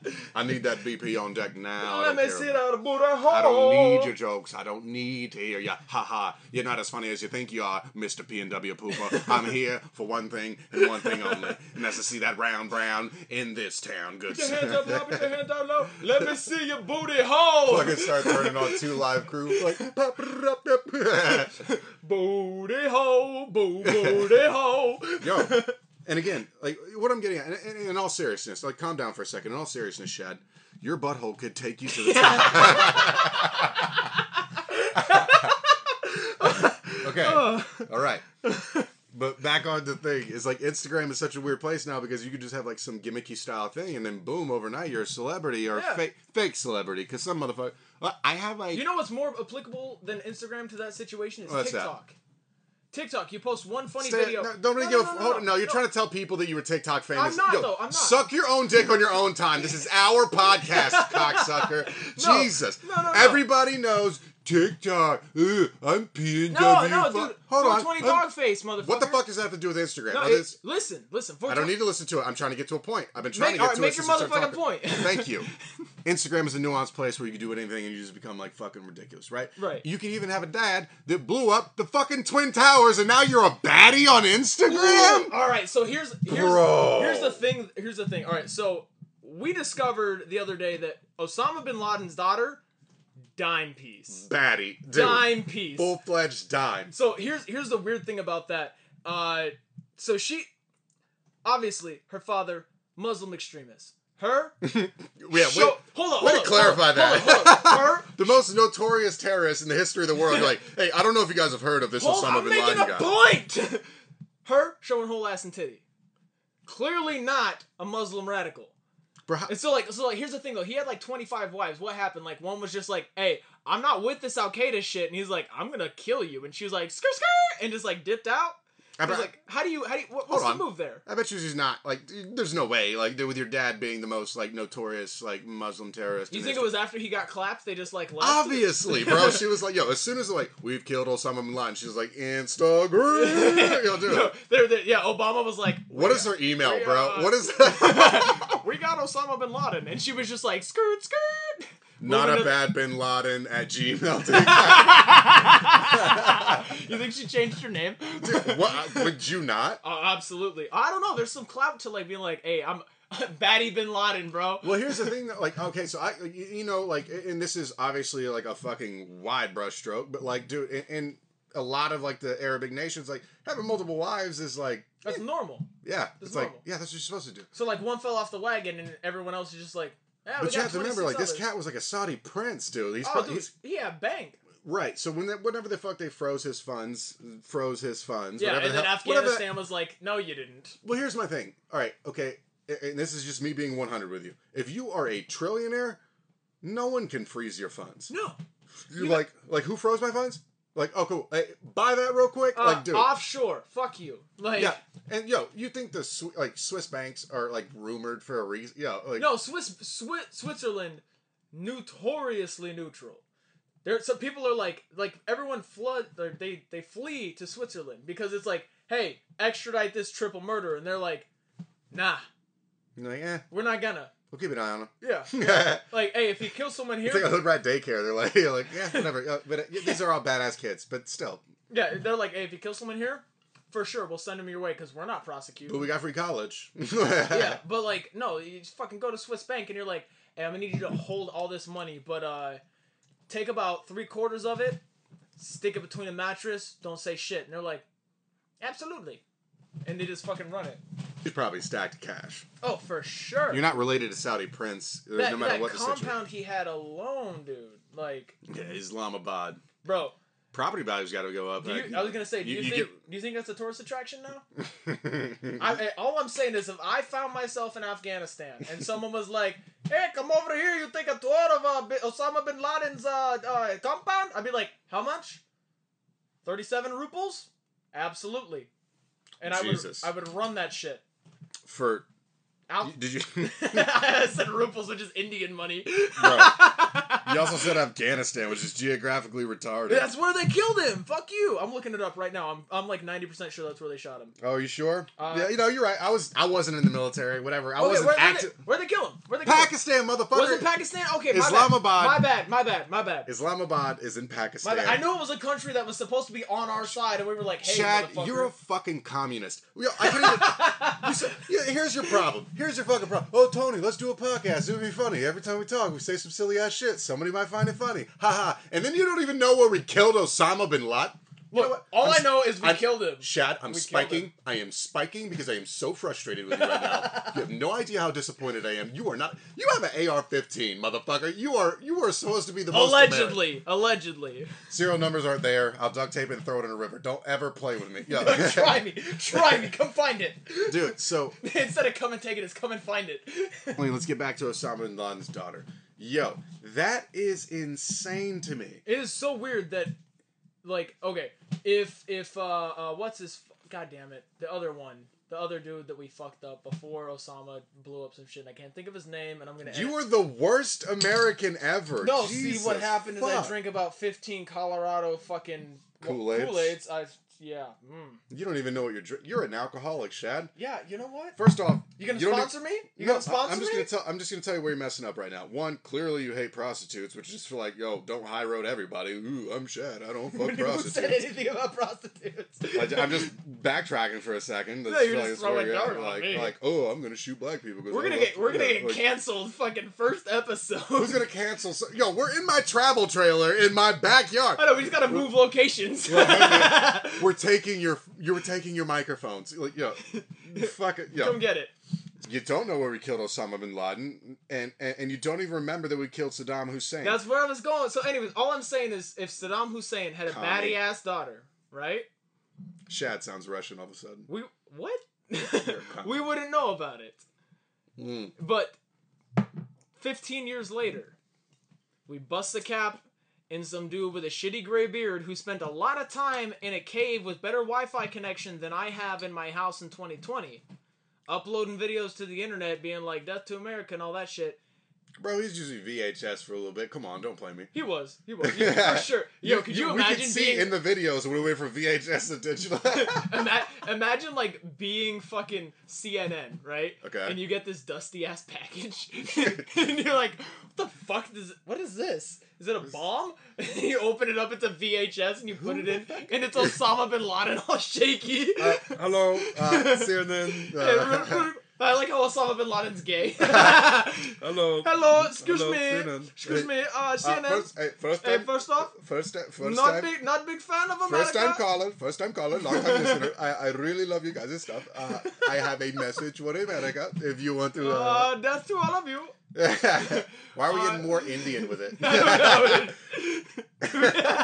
need that BP on deck now. I
[laughs] Let
don't
me
care.
see that booty hole.
I don't need your jokes. I don't need to hear ya. Ha ha. You're not as funny as you think you are, Mr. P and W Pooper. I'm here for one thing and one thing only, and that's to see that round brown in this town. Good.
Put your
sir. [laughs]
hands up, high, put your hands down low. Let me see your booty hole.
Fucking start turning on two live crew. Like, [laughs]
Booty hole, boo booty hole.
yo. And again, like what I'm getting at, in, in, in all seriousness, like calm down for a second. In all seriousness, Shad, your butthole could take you to the top. okay. All right. But back on the thing is like Instagram is such a weird place now because you could just have like some gimmicky style thing and then boom overnight you're a celebrity or
Yeah.
fake fake celebrity because some motherfucker. I have like
You know what's more applicable than Instagram to that situation is
What's that?
TikTok. TikTok, you post one funny
Stay-
video.
no, don't really give a f- hold on. No, you're trying to tell people that you were TikTok famous.
I'm not,
Yo,
though. I'm not.
Suck your own dick on your own
[laughs]
time. This is our podcast, cocksucker.
No.
Jesus.
No, no, no.
Everybody knows TikTok. Ugh, I'm PNW.
No, no, dude.
Hold on.
420
I'm-
dog face, motherfucker.
what the fuck does that have to do with Instagram?
No,
Are
it-
this-
listen, listen.
I don't
420
need to listen to it. I'm trying to get to a point. I've been trying to
Make,
get
all right,
to
make
it
your
since I started
motherfucking
talking.
point.
Thank
[laughs]
you. Instagram is a nuanced place where you can do anything and you just become like fucking ridiculous, right?
Right.
You can even have a dad that blew up the fucking Twin Towers and now you're a baddie on
[laughs]
Instagram?
All right, so here's here's
Bro.
here's the thing. Here's the thing. All right, so we discovered the other day that Osama bin Laden's daughter, dime piece,
Baddie. Dude.
dime piece.
Full fledged dime.
So here's here's the weird thing about that. Uh, so she, obviously, her father, Muslim extremist. Her,
[laughs] Yeah,
show-
wait.
hold on,
way
hold
to
on,
clarify
hold on,
that.
hold on,
[laughs]
hold on. Her,
The most notorious terrorist in the history of the world. Like, [laughs] hey, I don't know if you guys have heard of this
Hold-
Osama
I'm
bin Laden
making a
guy.
point. [laughs] Her showing whole ass and titty. Clearly not a Muslim radical.
Bro, how-
And so like so like here's the thing though. He had like 25 wives. What happened? Like one was just like, "Hey, I'm not with this Al Qaeda shit." And he's like, "I'm gonna kill you." And she was like, "Skr skr," and just like dipped out.
I
I was
bet-
like, "How do you? How do you? What, what's
Hold
the
on.
move there?"
I bet you she's not like. There's no way like with your dad being the most like notorious like Muslim terrorist.
You
in
think it
history.
was after he got clapped? They just like left.
obviously, bro? She was like, yo, as soon as like we've killed Osama bin Laden, she was like
[laughs]
Instagram. Yo, dude,
[laughs] No, they're, they yeah. Obama was like,
what is her email,
we,
bro?
uh,
What
[laughs]
is [laughs] that?
"We got Osama bin Laden," and she was just like, "Skirt skirt." [laughs]
not a
Moving to-
bad bin Laden at Gmail.
you think she changed her name? [laughs]
what would you not?
Oh, absolutely. I don't know. There's some clout to like being like, "Hey, I'm [laughs] Batty Bin Laden, bro."
Well, here's the thing that, like, okay, so I, you you know, like, and this is obviously like a fucking wide brush stroke, but like, dude, in, in a lot of like the Arabic nations, like, having multiple wives is like,
That's normal.
yeah, it's,
It's
like,
normal.
yeah, that's what you're supposed to do.
So like one fell off the wagon, and everyone else is just like, "Yeah, we
But you
got
have to remember,
26
like, this
others."
cat was like a Saudi prince, dude. He's,
Oh,
probably,
dude,
he's
yeah, bank.
right. So when that, whenever the fuck they froze his funds, froze his funds,
Yeah,
whatever
and
the
then
hell- whatever
Afghanistan
that-
was like, "No, you didn't."
Well, here's my thing. All right, okay, a- and this is just me being 100 with you. If you are a trillionaire, no one can freeze your funds.
No.
You like like who froze my funds? Like oh cool, hey, buy that real quick.
Uh,
like dude,
offshore. Fuck you. Like
yeah. And yo, you think the Sw- like Swiss banks are like rumored for a reason? Yeah, like
No, Swiss, Swi- Switzerland, notoriously neutral. There, so people are like, like everyone flood, or they they flee to Switzerland because it's like, hey, extradite this triple murder, and they're like, nah,
You're like eh,
we're not gonna.
we'll keep an eye [laughs] on
Yeah,
them.
like hey, if he kills someone
It's like a
here,
hood rat daycare. They're like, [laughs] you're like yeah, whatever. Uh, but uh, these are all badass kids. But still,
yeah, they're like, hey, if you kill someone here, for sure we'll send him your way because we're not prosecuting.
but we got free [laughs] college.
yeah, but like, no, you just fucking go to Swiss Bank and you're like, hey, I'm gonna need you to hold all this money, but uh, take about three quarters of it, stick it between a mattress, don't say shit. And they're like, absolutely. And they just fucking run it.
He's probably stacked cash.
Oh, for sure.
You're not related to Saudi prince, uh,
that,
no matter
that
what the
compound he had alone, dude. Like,
situation. Yeah, Islamabad
bro,
property values got to go up.
do you, I was gonna say, do you, think do you think that's a tourist attraction now?
get-
I, I- all I'm saying is, if I found myself in Afghanistan and someone was like, "Hey, come over here, you take a tour of uh, Bi- Osama bin Laden's uh, uh, compound," I'd be like, "How much? Thirty-seven ruples? Absolutely." And
Jesus.
I would I would run that shit.
[laughs] for
Out.
did [laughs] you?
[laughs] I said ruples, which is
[laughs]
Indian money.
You also said Afghanistan, which is geographically retarded.
That's where they killed him. Fuck you. I'm looking it up right now. I'm I'm like ninety percent sure that's where they shot him.
oh, you sure?
Uh,
yeah, you know, you're right. I was, I wasn't in the military. Whatever. I
Okay,
wasn't
where, where, they,
active.
where they kill him? Where they kill him?
Pakistan, motherfucker.
Was it Pakistan? Okay, my
Islamabad.
Bad. My bad. My bad. My bad.
Islamabad is in
My
Pakistan.
bad. I knew it was a country that was supposed to be on our side, and we were like, "Hey,
Chad,
motherfucker."
you're a fucking communist. Yo, I couldn't even,
[laughs]
you said, yeah, here's your problem. Here's your fucking problem. Oh, Tony, let's do a podcast. It would be funny. Every time we talk, we say some silly ass shit. Somebody might find it funny. Ha ha. And then you don't even know where we killed Osama bin Laden.
Look, all i know is we
I'm-
killed him.
Shad, I'm
We killed
spiking.
him.
I am spiking because I am so frustrated with you right now. you have no idea how disappointed I am. You are not. You have an AR-15, motherfucker. You are. You are supposed to be the most. American.
Allegedly,
[laughs]
allegedly.
Serial numbers aren't there. I'll duct tape it and throw it in a river. Don't ever play with me.
[laughs]
Yeah.
try me, try me. Come find it. [laughs]
dude. So
Instead of come and take it, it's come and find it. [laughs]
I mean, let's get back to Osama bin Laden's daughter. Yo, that is insane to me.
it is so weird that, like, okay, if if uh, uh what's his? God damn it, the other one, the other dude that we fucked up before Osama blew up some shit. And I can't think of his name, and I'm gonna.
You were the worst American ever.
No,
Jesus
see what happened is I
fuck.
drank about fifteen Colorado fucking
Kool-Aids.
Kool Aids. I yeah, mm.
You don't even know what you're drinking. You're an alcoholic, Shad.
yeah. You know what?
First off,
You gonna
You don't e-
sponsor me? You
no,
gonna sponsor
I, am just
me?
gonna tell. I'm just gonna tell you where you're messing up right now. One, clearly you hate prostitutes, which is for like, yo, don't high road everybody. Ooh, I'm Shad. I
[laughs]
don't fuck
Who said
prostitutes.
anything about prostitutes?
I, am just backtracking for a second. That's
[laughs] No, you're
like,
just
that's where
throwing
you're at.
dirt on
like,
me.
like, oh, I'm gonna shoot black people. 'cause
[laughs] We're
I
gonna
love-
get we're gonna
yeah,
get
like,
canceled. Fucking first episode.
Who's gonna cancel? So- yo, we're in my travel trailer in my backyard.
[laughs] I know we just gotta move locations. [laughs]
We're taking your you were taking your microphones. Like yo,
[laughs]
fuck it. Yo,
Come get it.
you don't know where we killed Osama bin Laden, and, and and you don't even remember that we killed Saddam Hussein.
That's where I was going. So, anyways, all I'm saying is, if Saddam Hussein had a
Commie.
batty ass daughter, right?
Shad sounds Russian all of a sudden.
We what? [laughs]
commie.
we wouldn't know about it.
Mm.
But 15 years later, we bust the cap in some dude with a shitty gray beard who spent a lot of time in a cave with better Wi-Fi connection than I have in my house in 2020, uploading videos to the internet, being like "Death to America" and all that shit.
Bro, he's using VHS for a little bit. Come on, don't play me.
He was,
[laughs]
he was, yeah, for sure. Yo, could you,
we
imagine
could see
being
in the videos when we went from VHS to digital.
[laughs] Ima- imagine like being fucking CNN, right?
Okay.
And you get this dusty ass package, [laughs] and you're like, "What the fuck does? What is this? Is it a bomb?" [laughs] you open it up, it's a VHS, and you put it in, and it's Osama bin Laden all shaky. [laughs]
Uh, hello, uh, CNN. Uh,
I like how Osama bin Laden's gay.
[laughs] hello.
Hello, excuse
Hello,
me,
CNN.
excuse me, uh,
Uh,
CNN.
first, hey, first,
Hey,
time,
first off,
first, ti- first
not
time,
big, not big fan of America.
First time caller, first time caller, long time listener. I, I really love you guys' stuff. Uh, I have a message for America if you want to. Uh...
Uh, death to all of you.
[laughs] Why are we
uh,
getting more Indian with
[laughs]
it? [laughs]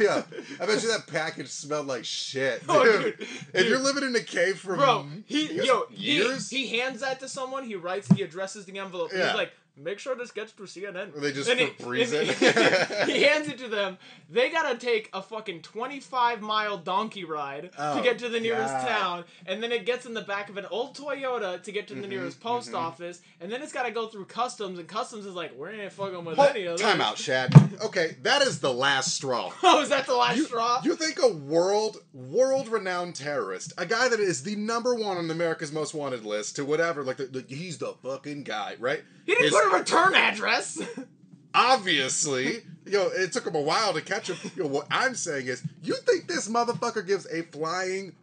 yeah, I bet you that package smelled like shit. Dude.
Oh, dude.
If
Dude.
you're living in a cave for
[laughs] Bro,
m-
he
years-
yo he,
years,
he hands that to someone. He writes the addresses the envelope.
Yeah.
He's like, make sure this gets to CNN.
Or they just
And he-
Febreze
and
it.
[laughs]
[laughs]
He, he hands it to them. They gotta take a fucking twenty-five mile donkey ride
Oh,
to get to the nearest
God.
town, and then it gets in the back of an old Toyota to get to the
Mm-hmm,
nearest post office, and then it's gotta go through customs, and customs is like, we ain't fucking with
Oh,
any of
time
this."
out, Shad. Okay, that is the last straw.
[laughs] Oh, is that the last straw?
You think a world world renowned terrorist, a guy that is the number one on America's most wanted list to whatever, like the, the, he's the fucking guy, right?
he didn't
His-
put a return address. [laughs]
obviously. Yo, it took him a while to catch him. Yo, what I'm saying is, you think this motherfucker gives a flying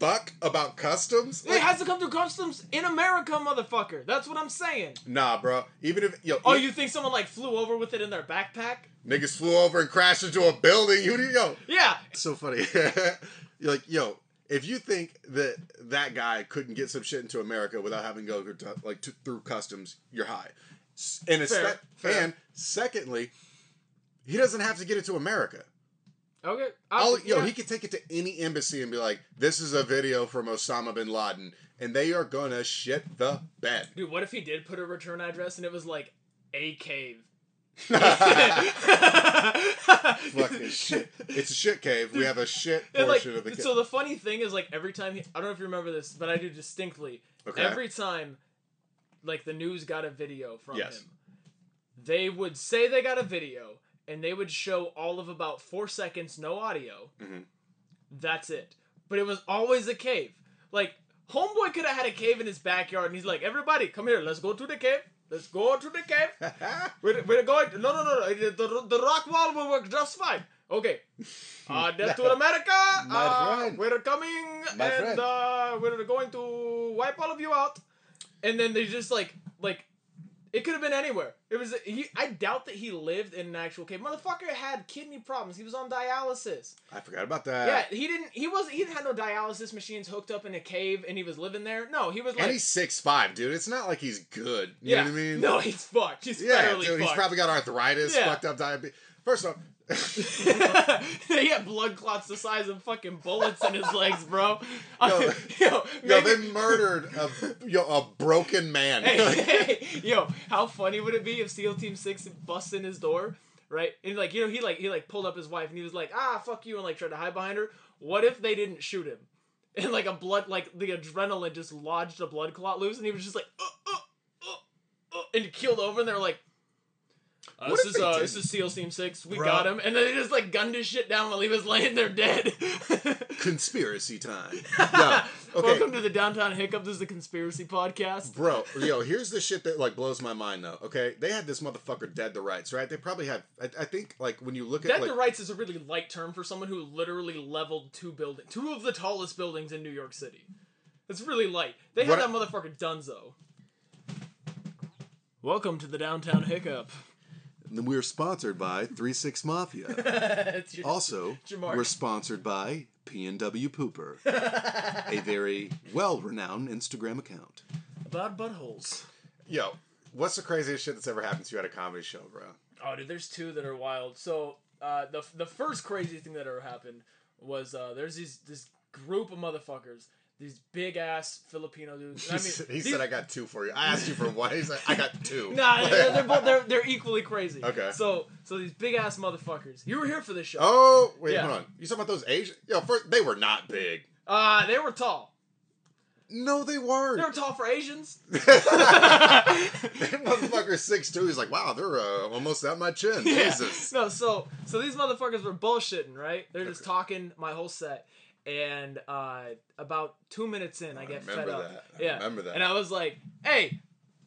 fuck about customs?
it
Like,
has to come through customs in America, motherfucker. That's what I'm saying.
nah, bro. Even if yo,
Oh, you think someone like flew over with it in their backpack?
niggas flew over and crashed into a building, you yo,
Yeah.
so funny. [laughs] You're like, yo, if you think that that guy couldn't get some shit into America without having to go through, tu- like to, through customs, you're high. S- And it's
Fair,
sec-
fair.
and secondly, he doesn't have to get it to America.
Okay.
All,
I'll,
Oh, yo,
yeah.
he could take it to any embassy and be like, "This is a video from Osama bin Laden," and they are gonna shit the bed. [laughs]
Dude, what if he did put a return address and it was like a cave?
[laughs] Fucking shit! It's a shit cave. We have a shit
[laughs] And, like,
portion of the cave.
so the funny thing is like every time he, I don't know if you remember this, but I do distinctly.
Okay.
Every time, like the news got a video from
Yes.
him, they would say they got a video and they would show all of about four seconds, no audio.
Mm-hmm.
That's it. But it was always a cave. Like homeboy could have had a cave in his backyard, and he's like, "Everybody, come here. Let's go to the cave. Let's go to the cave." We're, we're going. No, no, no, no. The, the, the rock wall will work just fine.
[laughs]
Okay. Uh, death to America.
My
uh,
friend.
We're coming
My friend.
and uh, we're going to wipe all of you out. And then they just like, like, it could have been anywhere. It was. He, I doubt that he lived in an actual cave. Motherfucker had kidney problems. He was on dialysis.
[laughs] I forgot about that.
Yeah, he didn't. He was. He had no dialysis machines hooked up in a cave, and he was living there. No, he was like.
and he's six five, dude. It's not like he's good. You
yeah.
know what I mean?
[laughs] No, he's fucked. He's
Yeah,
federally
dude. He's
fucked.
probably got arthritis,
Yeah.
fucked up diabetes. First off,
he had blood clots the size of fucking bullets in his legs, bro. Yo, [laughs] yo,
yo,
maybe-
they murdered a yo a broken man.
[laughs] hey, hey, yo, how funny would it be if SEAL Team Six busts in his door, right? And like, you know, he like he like pulled up his wife and he was like, ah, fuck you, and like tried to hide behind her. What if they didn't shoot him? [laughs] and like a blood like the adrenaline just lodged a blood clot loose and he was just like uh, uh, uh, uh, and he keeled over and they were like uh,
What
this
if
is
they
uh,
didn't?
this is SEAL Team Six. We
Bro.
got him, and then they just like gunned his shit down while he was laying there dead.
[laughs]
[laughs]
Conspiracy time. No. Okay.
Welcome to the Downtown Hiccup. This is the conspiracy podcast.
Bro, yo, here's the shit that like blows my mind though. Okay, they had this motherfucker dead to rights, right? They probably had. I, I think like when you look at
Dead
like
to rights is a really light term for someone who literally leveled two building, two of the tallest buildings in New York City. It's really light. They had
What-
that motherfucker Dunzo. Welcome to the Downtown Hiccup.
we're sponsored by Three Six Mafia.
[laughs] [laughs] It's your-
Also,
Jamar.
we're sponsored by P and W Pooper,
[laughs]
a very well-renowned Instagram account.
about buttholes.
Yo, what's the craziest shit that's ever happened to you at a comedy show, bro?
Oh, dude, there's two that are wild. So, uh, the the first crazy thing that ever happened was uh, there's these this group of motherfuckers, these big ass Filipino dudes. And I mean,
he
these-
said, "I got two for you." I asked you for one. He's like, "I got two.
[laughs]
[laughs]
Nah, they're, they're both they're, they're equally crazy.
Okay.
So so these big ass motherfuckers. You were here for this show.
Oh wait,
Yeah.
hold on. You talking about those Asian? Yo, first they were not big.
Uh, they were tall.
No, they
They were
weren't.
tall for Asians. [laughs]
that motherfucker's six two. He's like, "Wow, they're uh, almost at my chin." [laughs] Jesus.
No, so so these motherfuckers were bullshitting, right? They're just talking my whole set, and uh, about two minutes in, I, get fed
remember
up.
that. I
yeah,
remember that.
And I was like, "Hey,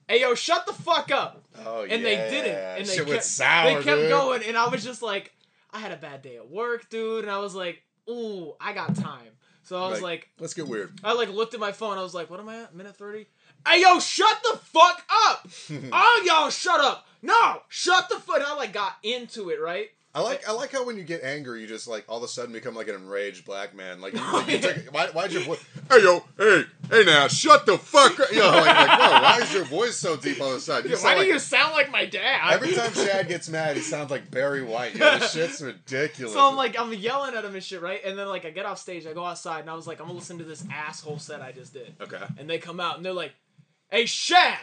hey, yo, shut the fuck up!"
Oh
and they didn't.
yeah.
And they
Shit
kept,
went sour,
They kept
dude.
going, and I was just like, "I had a bad day at work, dude," and I was like, "Ooh, I got time." So I was like
Let's get weird.
I like looked at my phone. I was like, "What am I at? Minute 30? Hey, yo, shut the fuck
[laughs]
up! oh, y'all, shut up! No, shut the fuck!" And I like got into it, right?
I like I like how when you get angry, you just like all of a sudden become like an enraged black man. Like,
[laughs] Oh,
you, like, you take- why why'd your voice? Hey yo, hey hey now, shut the fuck up. Yo, like, like whoa, why is your voice so deep all of a sudden? You
Why
sound
do
like-
you sound like my dad?
Every
[laughs]
time Chad gets mad, he sounds like Barry White. Yo, this shit's ridiculous.
so I'm like, I'm yelling at him and shit, right? And then like I get off stage, I go outside, and I was like, I'm gonna listen to this asshole set I just did.
okay.
And they come out and they're like, "Hey, Shad,"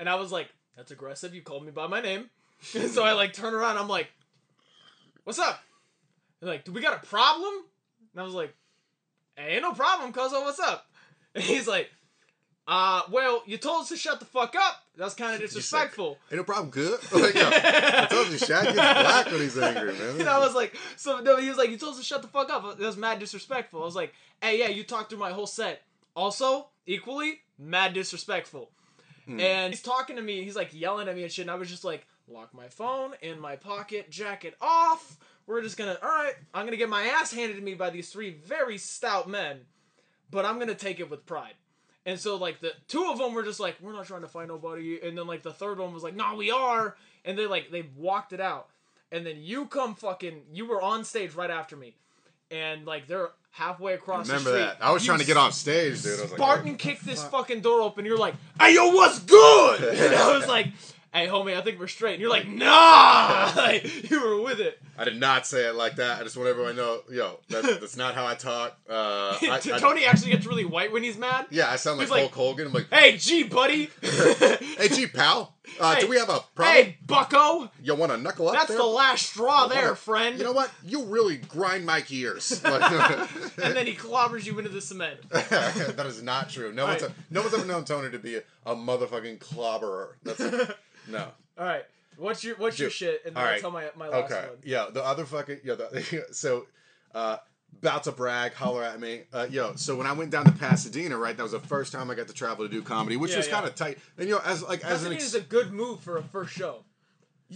and I was like, "That's aggressive. You called me by my name." [laughs] And so I like turn around. I'm like, "What's up?" They're like, "Do we got a problem?" And I was like, "Ain't no problem, cuzzo. What's up?" [laughs] And he's like, "Uh, well, you told us to shut the fuck up. That's
[laughs]
kind of disrespectful."
Ain't no problem, good. [laughs] Like, yo, I told
[laughs]
you, Shaq gets black when he's angry, man.
And I was like, so no, he was like, you told us to shut the fuck up. That was mad disrespectful. I was like, hey, yeah, you talked through my whole set. Also, equally, mad disrespectful. And he's talking to me, he's like yelling at me and shit, and I was just like, lock my phone in my pocket, jacket off. We're just gonna, all right, I'm gonna get my ass handed to me by these three very stout men, but I'm gonna take it with pride. And so like the two of them were just like, we're not trying to find nobody, and then like the third one was like, no, we are, and they like they walked it out and then you come fucking you were on stage right after me and like they're halfway across
Remember
the street
that? I was
You
trying to get off stage, dude. I was like,
spartan kicked this fucking door open you're like hey yo what's good [laughs] and i was like hey homie i think we're straight and you're like nah [laughs] like, you were with it [laughs]
I did not say it like that. I just want everyone to know, yo, that's, that's not how I talk.
[laughs]
Uh, I, I-
tony actually gets really white when he's mad
yeah, I sound like
he's like-
Hulk Hogan. I'm like,
hey g buddy [laughs]
hey, gee, pal, uh,
Hey.
do we have a problem?
hey bucko
You want to knuckle up
that's
there?
the last straw there friend
You know what? You really grind my gears.
[laughs]
Like, [laughs]
and [laughs] then he clobbers you into the cement
that is not true. No one's, e-
Right.
no one's ever known Tony to be a, a motherfucking clobberer.
[laughs]
That's no.
all right what's your what's your
Dude,
shit and then
all
i'll
right.
tell my, my last
Okay.
one
Yeah. The other fucking yeah. The, [laughs] so, uh, about to brag, holler at me. Uh, yo. So when I went down to Pasadena, right, that was the first time I got to travel to do comedy, which
Yeah,
was
yeah.
kind of tight. And you know, as like as an
Pasadena
ex-
is a good move for a first show.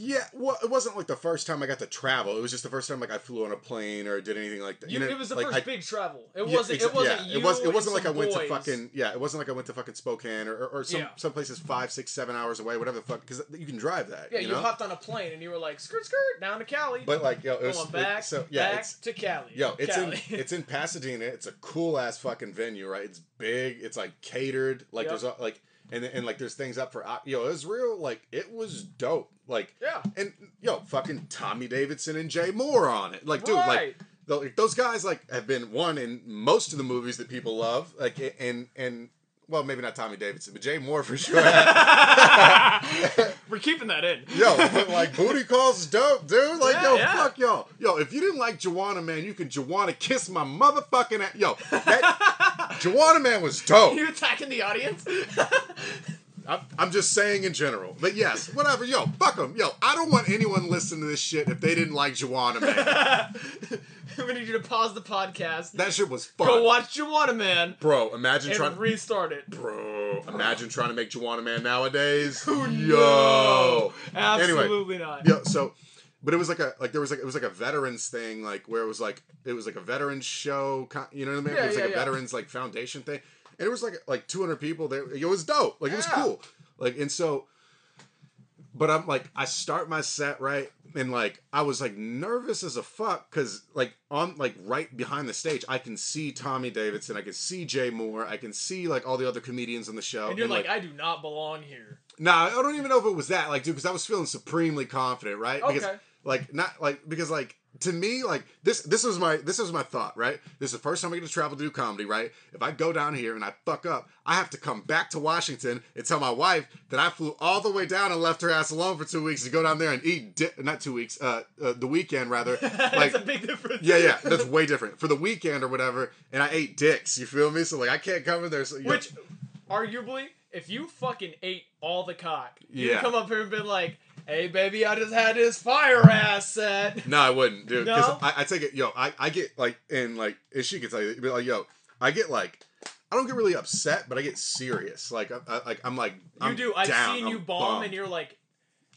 yeah, well, it wasn't like the first time I got to travel. It was just the first time like I flew on a plane or did anything like that.
You,
know,
it was the
like,
first
I-
big travel. It
Yeah,
wasn't.
exa-
it wasn't.
yeah,
You
it was. It
and
wasn't like
some
I went to
boys.
fucking. Yeah, it wasn't like I went to fucking Spokane or, or, or some
Yeah.
some places five, six, seven hours away, whatever the fuck. Because you can drive that.
Yeah,
you
you,
know.
hopped on a plane and you were like, skirt, skirt, down to Cali.
but like, yo, it was,
going
it-
back,
so yeah,
back
it's
to Cali.
yo, it's
Cali.
in it's in Pasadena. It's a cool ass fucking venue, right? It's big. It's like catered. Like
Yep.
there's a- like and and like there's things up for yo. It was real. Like it was dope. Like
[laughs] Yeah.
and yo, fucking Tommy Davidson and Jay Moore on it. Like, dude,
Right.
like tho- like, those guys like have been one in most of the movies that people love. Like, a- and and well, maybe not Tommy Davidson, but Jay Moore for sure.
We're keeping that in. [laughs]
yo, but like Booty Calls is dope, dude. Like,
Yeah,
yo,
yeah.
fuck y'all. Yo, if you didn't like Joanna, man, you can Joanna kiss my motherfucking ass. Yo, that,
[laughs]
Joanna Man was dope.
You attacking the audience? [laughs]
I'm, I'm just saying in general. But yes, whatever. Yo, fuck them. Yo, I don't want anyone listening to this shit if they didn't like Joanna Man.
I'm gonna need you to pause the podcast.
That shit was fun.
Go watch Juana Man
Bro, imagine
and
trying to.
restart it.
Bro, imagine trying to make Joanna Man nowadays.
no.
Yo.
Absolutely not.
Yeah, so but it was like a like there was like it was like a veterans thing like where it was like it was like a veterans show ki- you know what I mean
Yeah,
it was like
yeah,
a
yeah.
veterans like foundation thing and it was like like 200 people there it was dope like it was
Yeah.
cool like and so but I'm like I start my set right and like I was like nervous as a fuck cuz like on like right behind the stage I can see Tommy Davidson I can see Jay Moore I can see like all the other comedians on the show
And you're like, I do not belong here. [laughs]
Nah, I don't even know if it was that, like, dude, because I was feeling supremely confident, right? Because,
Okay.
like, not like because, like, to me, like this, this was my, this was my thought, right? This is the first time I get to travel to do comedy, right? If I go down here and I fuck up, I have to come back to Washington and tell my wife that I flew all the way down and left her ass alone for two weeks to go down there and eat, di- not two weeks, uh, uh, the weekend rather, like
[laughs] That's a big difference.
yeah, yeah, that's way different for the weekend or whatever. And I ate dicks, you feel me? So like, I can't come in there. So, you
[laughs] Which, arguably, if you fucking ate all the cock, you'd
Yeah.
come up here and been like, hey, baby, I just had this fire ass set.
No, I wouldn't, dude. Because
No?
I, I take it, yo. I, I get like, and like, and she could tell you, but like, yo, I get like, I don't get really upset, but I get serious. Like, I, I like, I'm like,
You do. I've seen you bomb, and you're like,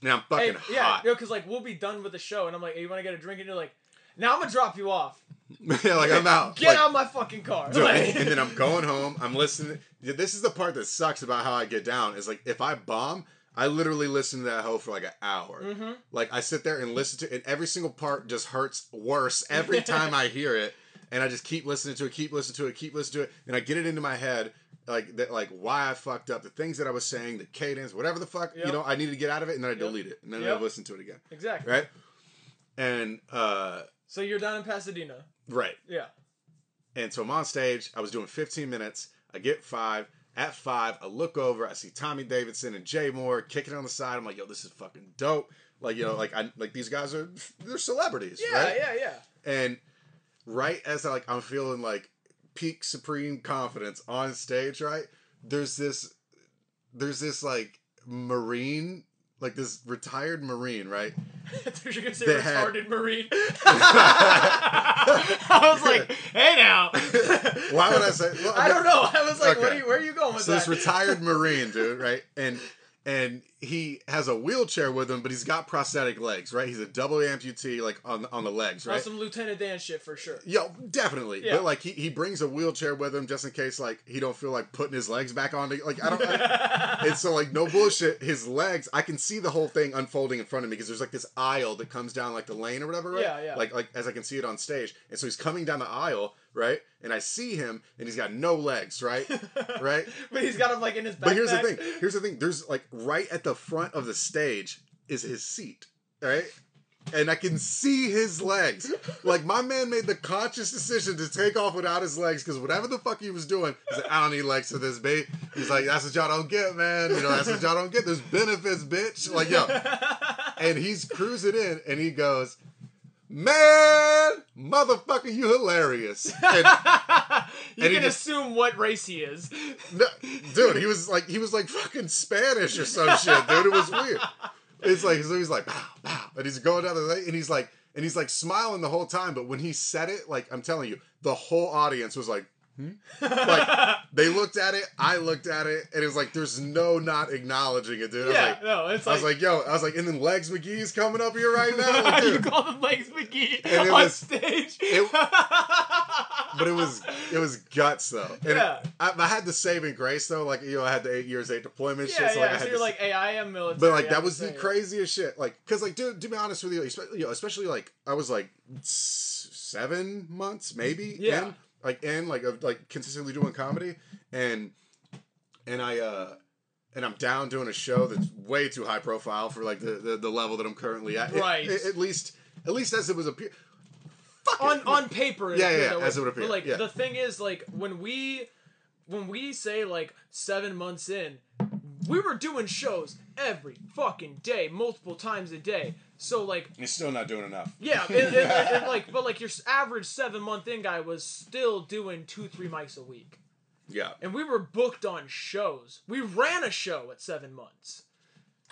now I'm
hey,
fucking
yeah,
hot.
no, because like we'll be done with the show, and I'm like, hey, you want to get a drink? And you're like, now I'm gonna drop you off.
yeah, [laughs] like I'm out.
Get
like,
out my fucking car.
dude,
Like- [laughs]
and then I'm going home. I'm listening. yeah, This is the part that sucks about how I get down. Is like if I bomb, I literally listen to that hoe for like an hour.
Mm-hmm.
Like I sit there and listen to, and every single part just hurts worse
[laughs]
every time I hear it. And I just keep listening to it, keep listening to it, keep listening to it, and I get it into my head like that, like why I fucked up, the things that I was saying, the cadence, whatever the fuck,
Yep.
you know, I need to get out of it, and then I delete it, and then
Yep.
I listen to it again,
exactly.
right? And uh,
So you're down in Pasadena.
right,
Yeah.
and so I'm on stage. I was doing 15 minutes. I get five. At five, I look over. I see Tommy Davidson and Jay Moore kicking on the side. I'm like, yo, this is fucking dope. Like, you know, like I like these guys are they're celebrities,
Yeah,
right?
yeah, yeah.
And right as I like I'm feeling like peak supreme confidence on stage, right? There's this there's this like marine, like this retired marine, right?
Dude, [laughs] you're gonna say
They had-
retarded
[laughs]
marine. I was like, hey now.
Why would I say well,
[laughs] I don't know. I was like, what
Okay.
are you, where are you going with
so
that?
this
[laughs]
retired marine dude right and and he has a wheelchair with him but he's got prosthetic legs right he's a double amputee like on on the legs
On
right
some Lieutenant Dan shit for
[laughs]
sure.
Yo, definitely.
Yeah.
But like he, he brings a wheelchair with him just in case like he don't feel like putting his legs back on. to- Like I don't. I,
[laughs]
and so like no bullshit. His legs. I can see the whole thing unfolding in front of me because there's like this aisle that comes down like the lane or whatever. Right?
Yeah, yeah.
Like like as I can see it on stage. And so he's coming down the aisle right, and I see him and he's got no legs
[laughs]
right, right.
But he's got him like in his backpack.
But here's the thing. Here's the thing. There's like right at the front of the stage is his seat, right? And I can see his legs. Like my man made the conscious decision to take off without his legs because whatever the fuck he was doing, he's like, I don't need legs for this, babe. He's like, that's what y'all don't get, man. You know, that's what y'all don't get. There's benefits, bitch. Like
[laughs]
yo, and he's cruising in, and he goes, man, motherfucker, you hilarious. And
You
he
can
just-
assume what race he is.
No, dude, he was like he was like fucking Spanish or some shit, dude. It was weird. It's like so he's like bow bow, and he's going down the lane, and he's like and he's like smiling the whole time. But when he said it, like I'm telling you, the whole audience was like, hmm? [laughs] like they looked at it, I looked at it, and it was like there's no not acknowledging it, dude. I was
Yeah,
like,
no, it's
I
like,
was like, yo, I was like, and then Legs McGee's coming up here right now,
[laughs]
like, [laughs]
you
dude.
call him Legs McGee
And it
on
was-
stage.
it-
[laughs]
but it was it was guts though. And it-
Yeah.
I, I had the saving grace though, like you know, I had the eight years eight deployment
yeah,
shit.
yeah.
So, like, I had
so
to
you're like, hey, I am military.
But like
I'm
that was the
saying it."
craziest shit. Like, cause like, dude, to be honest with you, like, especially, you know, especially like I was like s- seven months maybe.
Yeah.
In, like in like of like consistently doing comedy, and and I uh and I'm down doing a show that's way too high profile for like the the, the level that I'm currently at. It-
Right.
it- at least at least as it was appear.
[laughs] on on paper. it
Yeah,
appears
yeah,
that way.
as it would appear,
But like
yeah.
the thing is, like when we when we say like seven months in, we were doing shows every fucking day, multiple times a day. So like
You're still not doing enough.
yeah, and, and- and, like but like your s- average seven month in guy was still doing two three mics a week.
Yeah.
and we were booked on shows. We ran a show at seven months.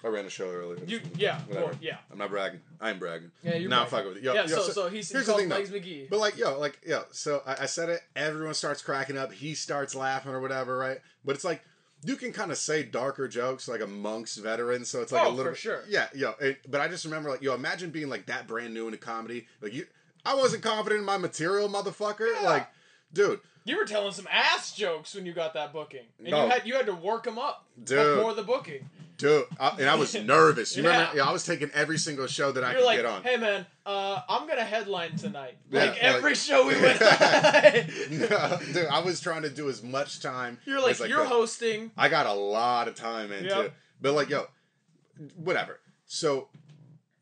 I ran a show earlier.
You yeah
Whatever.
or- yeah.
I'm not bragging. I'm bragging.
Yeah, you're
Nah,
bragging.
fuck with it. Yo,
yeah,
yo,
so, so, he's, he's
here's the
called
thing, though.
Legs McGee.
But like, yo, like, yo. So I, I said it. Everyone starts cracking up. He starts laughing or whatever, right? But it's like you can kind of say darker jokes like amongst veterans. So it's like a
Oh,
little
for
bit,
sure.
Yeah, yo. It, but I just remember like, yo, imagine being like that brand new into comedy. Like you, I wasn't confident in my material, motherfucker.
Yeah.
Like, dude,
You were telling some ass jokes when you got that booking, and
No.
you had you had to work them up
Dude.
before the booking.
dude, I, and I was nervous. You remember?
Yeah.
Yeah, I was taking every single show that I
You're
could get
like,
on.
hey man, uh, I'm gonna headline tonight.
Yeah,
like every
like-
show
[laughs]
we went. on.
dude, I was trying to do as much time.
[laughs] You're like,
as I
you're
could.
hosting.
I got a lot of time into
Yeah.
it. But like, yo, whatever. So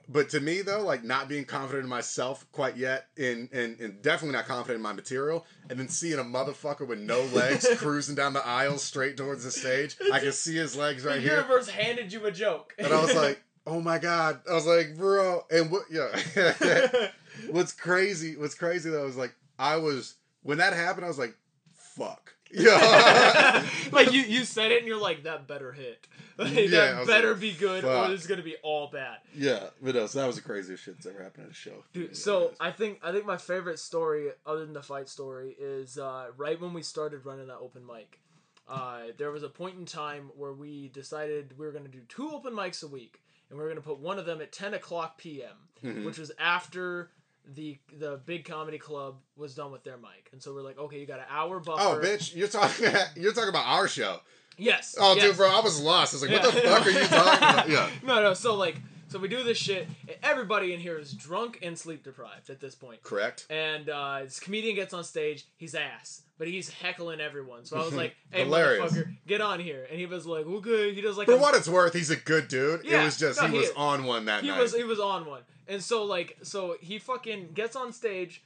but to me though, like not being confident in myself quite yet, and and, and definitely not confident in my material, and then seeing a motherfucker with
[laughs]
no legs cruising down the aisle straight towards the stage, I can see his legs
The
right here,
universe handed you a joke.
and I was
[laughs]
like, oh my god, I was like, bro, and what, yeah. [laughs] what's crazy what's crazy though is like i was when that happened i was like fuck [laughs] yeah
[laughs] like you, you said it and you're like that better hit [laughs] like,
Yeah, I
that
was
better
like,
be good
fuck.
or this is gonna be all bad
yeah but no, so that was the craziest shit that's ever happened at a show
dude so i think i think my favorite story other than the fight story is uh, right when we started running that open mic uh, there was a point in time where we decided we were going to do two open mics a week and we were going to put one of them at 10 o'clock p.m
Mm-hmm.
which was after the the big comedy club was done with their mic and so we're like okay you got an hour buffer
oh bitch you're talking [laughs] you're talking about our show
yes
oh
yes.
dude bro i was lost i was like what the
Yeah.
fuck are you talking
[laughs]
about yeah
No, no. So like, so we do this shit. Everybody in here is drunk and sleep deprived at this point.
correct
And uh, this comedian gets on stage. He's ass, but he's heckling everyone. So I
[laughs]
was like, "Hey,
Hilarious.
motherfucker, get on here!" And he was like, "Well, good." He does like
for
a-
what it's worth he's a good dude
Yeah,
it was just
no,
he,
he
was
is.
on one that
he
night [laughs]
was he was on one. And so like, so he fucking gets on stage,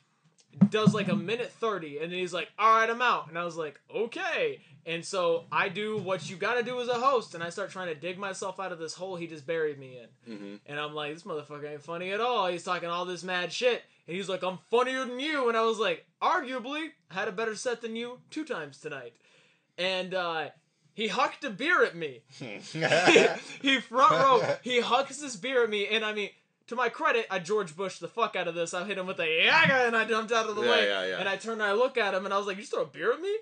does like a minute thirty, and then he's like, "All right, I'm out." And I was like, "Okay." And so I do what you gotta do as a host, and I start trying to dig myself out of this hole he just buried me in.
Mhm.
And I'm like, this motherfucker ain't funny at all. He's talking all this mad shit. And he's like, I'm funnier than you. And I was like, arguably, I had a better set than you two times tonight. And uh, he hucked a beer at me. he
[laughs]
front row, he hucks this beer at me. And I mean, to my credit, I George Bush the fuck out of this. I hit him with a yaga and I jumped out of the
Yeah,
way.
yeah, yeah.
And I turned and I look at him and I was like, you just throw a beer at me?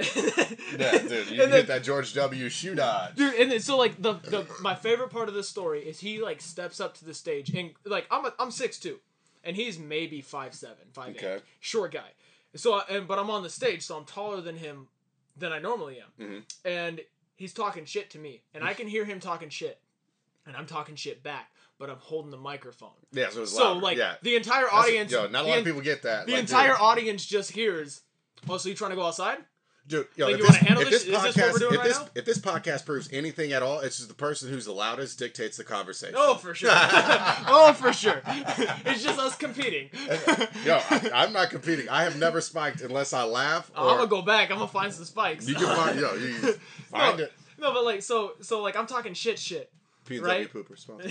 [laughs]
yeah dude you
And then-
hit that george w shoe dodge
dude and then so like the, the my favorite part of this story is he like steps up to the stage and like i'm a, i'm six two and he's maybe five seven five eight
Okay.
short guy so I- and but i'm on the stage so i'm taller than him than i normally am
Mhm.
and he's talking shit to me and i can hear him talking shit and i'm talking shit back but i'm holding the microphone
yeah so it was
so
louder.
like
yeah
the entire
That's-
audience
yo, not a
the
lot
en-
of people get that
the
Like, dude,
entire audience just hears oh so you trying to
[laughs]
go outside
Dude, yo,
Like,
if
you
this,
wanna handle
if
this?
this
Is
podcast,
this what we're doing
if
right
this,
now?
if this podcast proves anything at all, it's just the person who's the loudest dictates the conversation.
Oh, for sure. [laughs] oh, for sure. [laughs] it's just us competing.
yo, I, I'm not competing. I have never spiked unless I laugh. Or
I'm gonna Oh, go back. I'm gonna find some spikes.
You can find, yo, you can find
no,
it.
[laughs] no, but like, so, so like, I'm talking shit, shit. [laughs]
PW
Right?
pooper [laughs]
[laughs]
sponsor.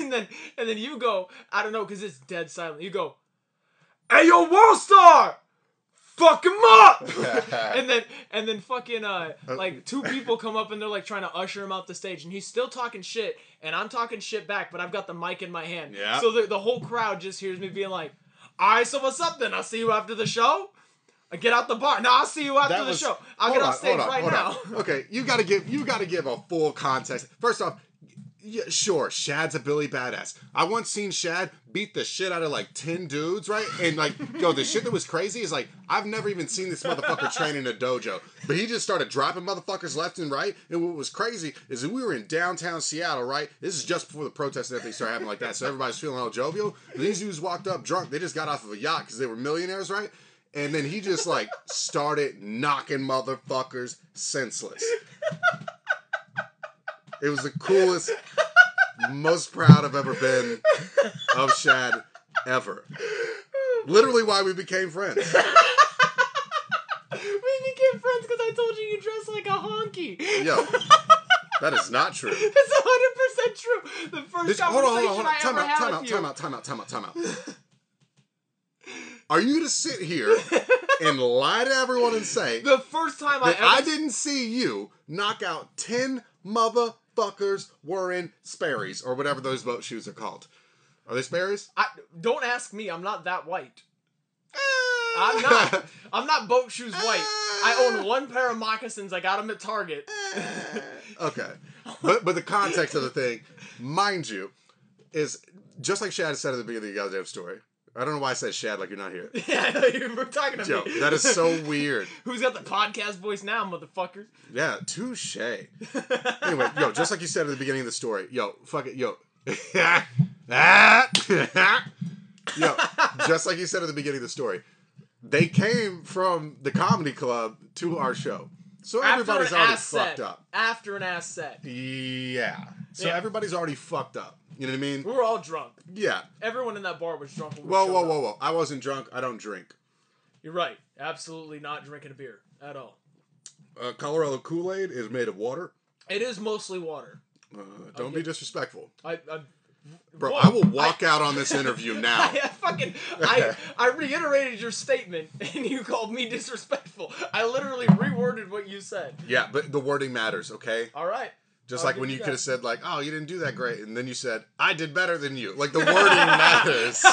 and then, and then you go. I don't know, cause it's dead silent. You go, "Hey, yo, World Star, fuck him up." and then, and then, fucking, uh, like, two people come up and they're like trying to usher him out the stage, and he's still talking shit, and I'm talking shit back, but I've got the mic in my hand.
Yeah.
So the the whole crowd just hears me being like, "All right, so what's up then? I'll see you after the show." I get out the bar. No, I'll see you after
That
the
was-
show. I'll
hold
get
on,
off stage
hold on,
right
hold
now. [laughs]
on. Okay, you gotta give you gotta give a full context. First off, yeah, sure, Shad's a Billy badass. I once seen Shad beat the shit out of like ten dudes, right? And like, yo, the shit that was crazy is like I've never even seen this motherfucker train in a dojo, but he just started dropping motherfuckers left and right. And what was crazy is that we were in downtown Seattle, right? This is just before the protests and everything started happening like that, so everybody's feeling all jovial. These dudes walked up drunk. They just got off of a yacht because they were millionaires, right? And then he just like started knocking motherfuckers senseless. It was the coolest, most proud I've ever been of Shad ever. Literally, why we became friends.
We became friends because I told you you dress like
[laughs]
a honky.
Yo, that is not true.
That's hundred percent true. The first
This- hold on,
conversation
hold on, hold on.
I
Time
ever
out,
had
time
with
out,
you.
time out, time out, time out, time out. Are you gonna sit here and lie to everyone and say
The first time I
that
ever
I didn't see you knock out 10 motherfuckers were in Sperry's or whatever those boat shoes are called. Are they Sperry's?
I don't ask me. I'm not that white. I'm
[laughs]
not. I'm not boat shoes white.
Uh.
I own one pair of moccasins. I got them at Target.
Okay. But but the context of the thing, mind you, is just like Shad said at the beginning of the goddamn story. I don't know why I said Shad like you're not here.
[laughs] yeah, I know you were talking to
Yo,
me.
that is so weird.
Who's got the podcast voice now, motherfucker?
Yeah, touche. Anyway, yo, just like you said at the beginning of the story, yo, fuck it, yo. [laughs] yo, just like you said at the beginning of the story, they came from the comedy club to our show. So everybody's already fucked
set.
up.
After an ass set.
Yeah. So
Yeah.
everybody's already fucked up. You know what I mean?
We were all drunk.
Yeah.
Everyone in that bar was drunk. when we
Whoa,
showed
whoa,
up.
whoa, whoa. I wasn't drunk. I don't drink.
You're right. Absolutely not drinking a beer at all.
Uh, Colorado Kool Aid is made of water.
It is mostly water.
Uh, don't be disrespectful.
I, I,
Bro,
Whoa.
I
[laughs]
will walk out on this interview now.
I fucking
[laughs]
I I reiterated your statement [laughs] and you called me disrespectful. I literally reworded what you said.
Yeah, but the wording matters, okay?
All right.
Just
I'll
like
give
when you
that.
could have said like, "Oh, you didn't do that great," and then you said, "I did better than you." Like
[laughs]
the wording matters.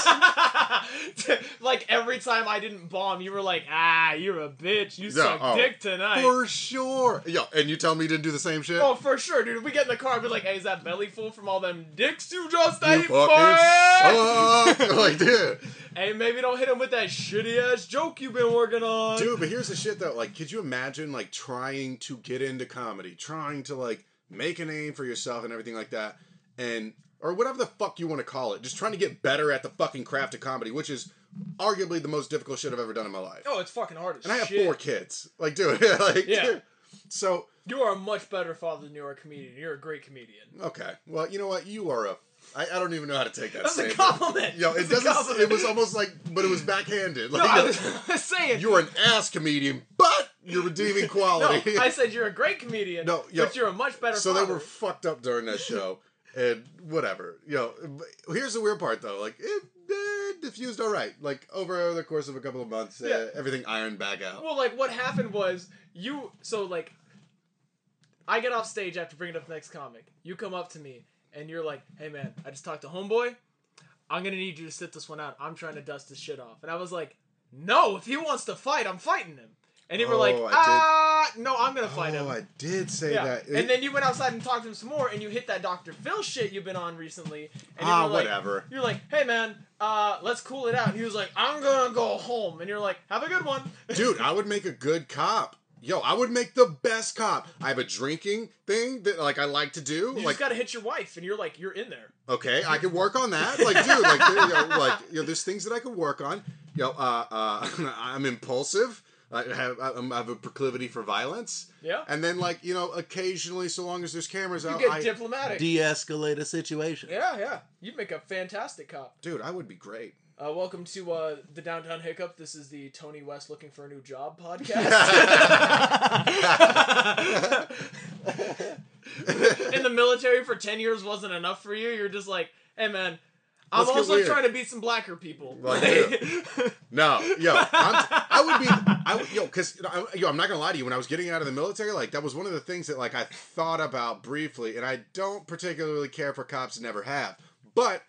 like every time I didn't bomb, you were like, "Ah, you're a bitch. You
Yeah,
suck
oh.
dick tonight."
For sure. Yo, and you tell me you didn't do the same shit?
Oh, for sure, dude. We get in the car and be like, "Hey, is that belly full from all them dicks you just
you
ate, boy?"
fucking suck. [laughs] like, dude.
Hey, maybe don't hit him with that shitty ass joke you've been working on.
Dude, but here's the shit though. Like, could you imagine like trying to get into comedy, trying to like make a name for yourself and everything like that, and or whatever the fuck you want to call it, just trying to get better at the fucking craft of comedy, which is arguably the most difficult shit I've ever done in my life.
oh, it's fucking hard. As
and I have
shit.
four kids. Like, dude, [laughs] like,
Yeah.
dude. So
You are a much better father than you are a comedian. You're a great comedian.
okay, well, you know what? You are a. I, I don't even know how to take that.
That's a
statement.
compliment.
Yo, it
That's a
doesn't. It
compliment.
was almost like, but it was backhanded. Like, [laughs]
[laughs] No, I was, I was saying.
you're an ass comedian, but you're redeeming
[laughs] no,
quality.
I said you're a great comedian.
No, yo,
but you're a much better.
so
father.
they were fucked up during that show, and whatever. Yo, but here's the weird part though. Like it, it diffused all right. Like over the course of a couple of months,
Yeah.
uh, everything ironed back out.
Well, like what happened was you. So like, I get off stage after bringing up the next comic. You come up to me and you're like, "Hey man, I just talked to homeboy. I'm gonna need you to sit this one out. I'm trying to dust this shit off." And I was like, "No, if he wants to fight, I'm fighting him." And you were
Oh,
like,
I did-
"Ah, no, I'm gonna fight him."
Oh, I did say
Yeah.
that. It-
and then you went outside and talked to him some more, and you hit that Dr. Phil shit you've been on recently. And you
Ah,
were like-
whatever.
You're like, hey man, uh, let's cool it out. And he was like, I'm gonna go home. And you're like, have a good one.
Dude, I would make a good cop. Yo, I would make the best cop. I have a drinking thing that like I like to do.
You
like
just gotta hit your wife, and you're like, you're in there.
okay, I could work on that. Like dude, like there, yo,
[laughs]
like yo, there's things that I could work on. Yo, uh, uh, [laughs] I'm impulsive. I have I I'm- I have a proclivity for violence.
Yeah.
And then like you know, occasionally, so long as there's cameras
You
out,
get
I
diplomatic.
de-escalate a situation.
yeah, yeah. You'd make a fantastic cop.
dude, I would be great.
Uh, welcome to uh, the Downtown Hiccup. This is the Tony West looking for a new job podcast. [laughs] in the military for 10 years wasn't enough for you. You're just like, hey, man, I'm
Let's get
also
weird."
trying to beat some blacker people.
Like,
[laughs]
No, yo, I'm, I would be, I would, yo, because yo, I'm not gonna lie to you. When I was getting out of the military, like that was one of the things that like I thought about briefly, and I don't particularly care for cops, never have. But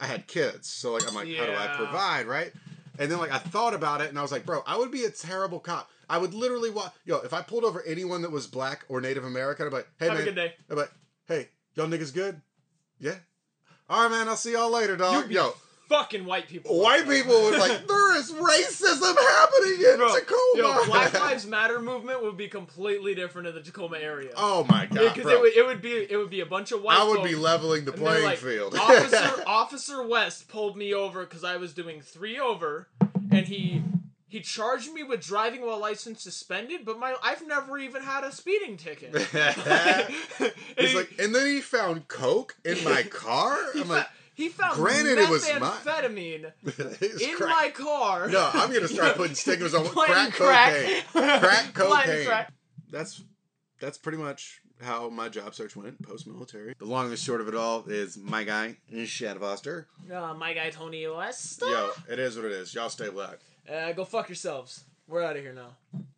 I had kids, so like I'm like, how do I
Yeah.
provide, right? And then like I thought about it, and I was like, bro, I would be a terrible cop. I would literally walk, yo, if I pulled over anyone that was black or Native American, I'd be like, hey
Have a
man,
good day.
I'd be like, hey, y'all niggas good? Yeah. All right, man. I'll see y'all later, dog.
You'd be
yo,
fucking white people.
white people would like there is racism happening in
Bro,
Tacoma. [laughs]
Yo, Black Lives Matter movement would be completely different in the Tacoma area.
oh my god,
because
bro.
it would, it would be it would be a bunch of white.
I would be
folk,
leveling the
and they're
playing
like,
field. [laughs]
Officer Officer West pulled me over because I was doing three over, and he he charged me with driving while license suspended. But my I've never even had a speeding ticket. [laughs] And
[laughs] He's
he-
like, and then he found coke in
[laughs]
my car.
he,
I'm like,
fa- he found
granted it was mine.
methamphetamine
[laughs] it's
in
crack.
my car.
No, I'm gonna
[laughs]
start putting stickers on
Plain
crack, cocaine.
[laughs]
Crack
Plain
cocaine.
crack.
That's that's pretty much how my job search went post military. The long and short of it all is my guy Shad Foster.
Uh, my guy Tony West. [laughs]
Yo, it is what it is. Y'all stay black.
Uh, go fuck yourselves. We're out of here now.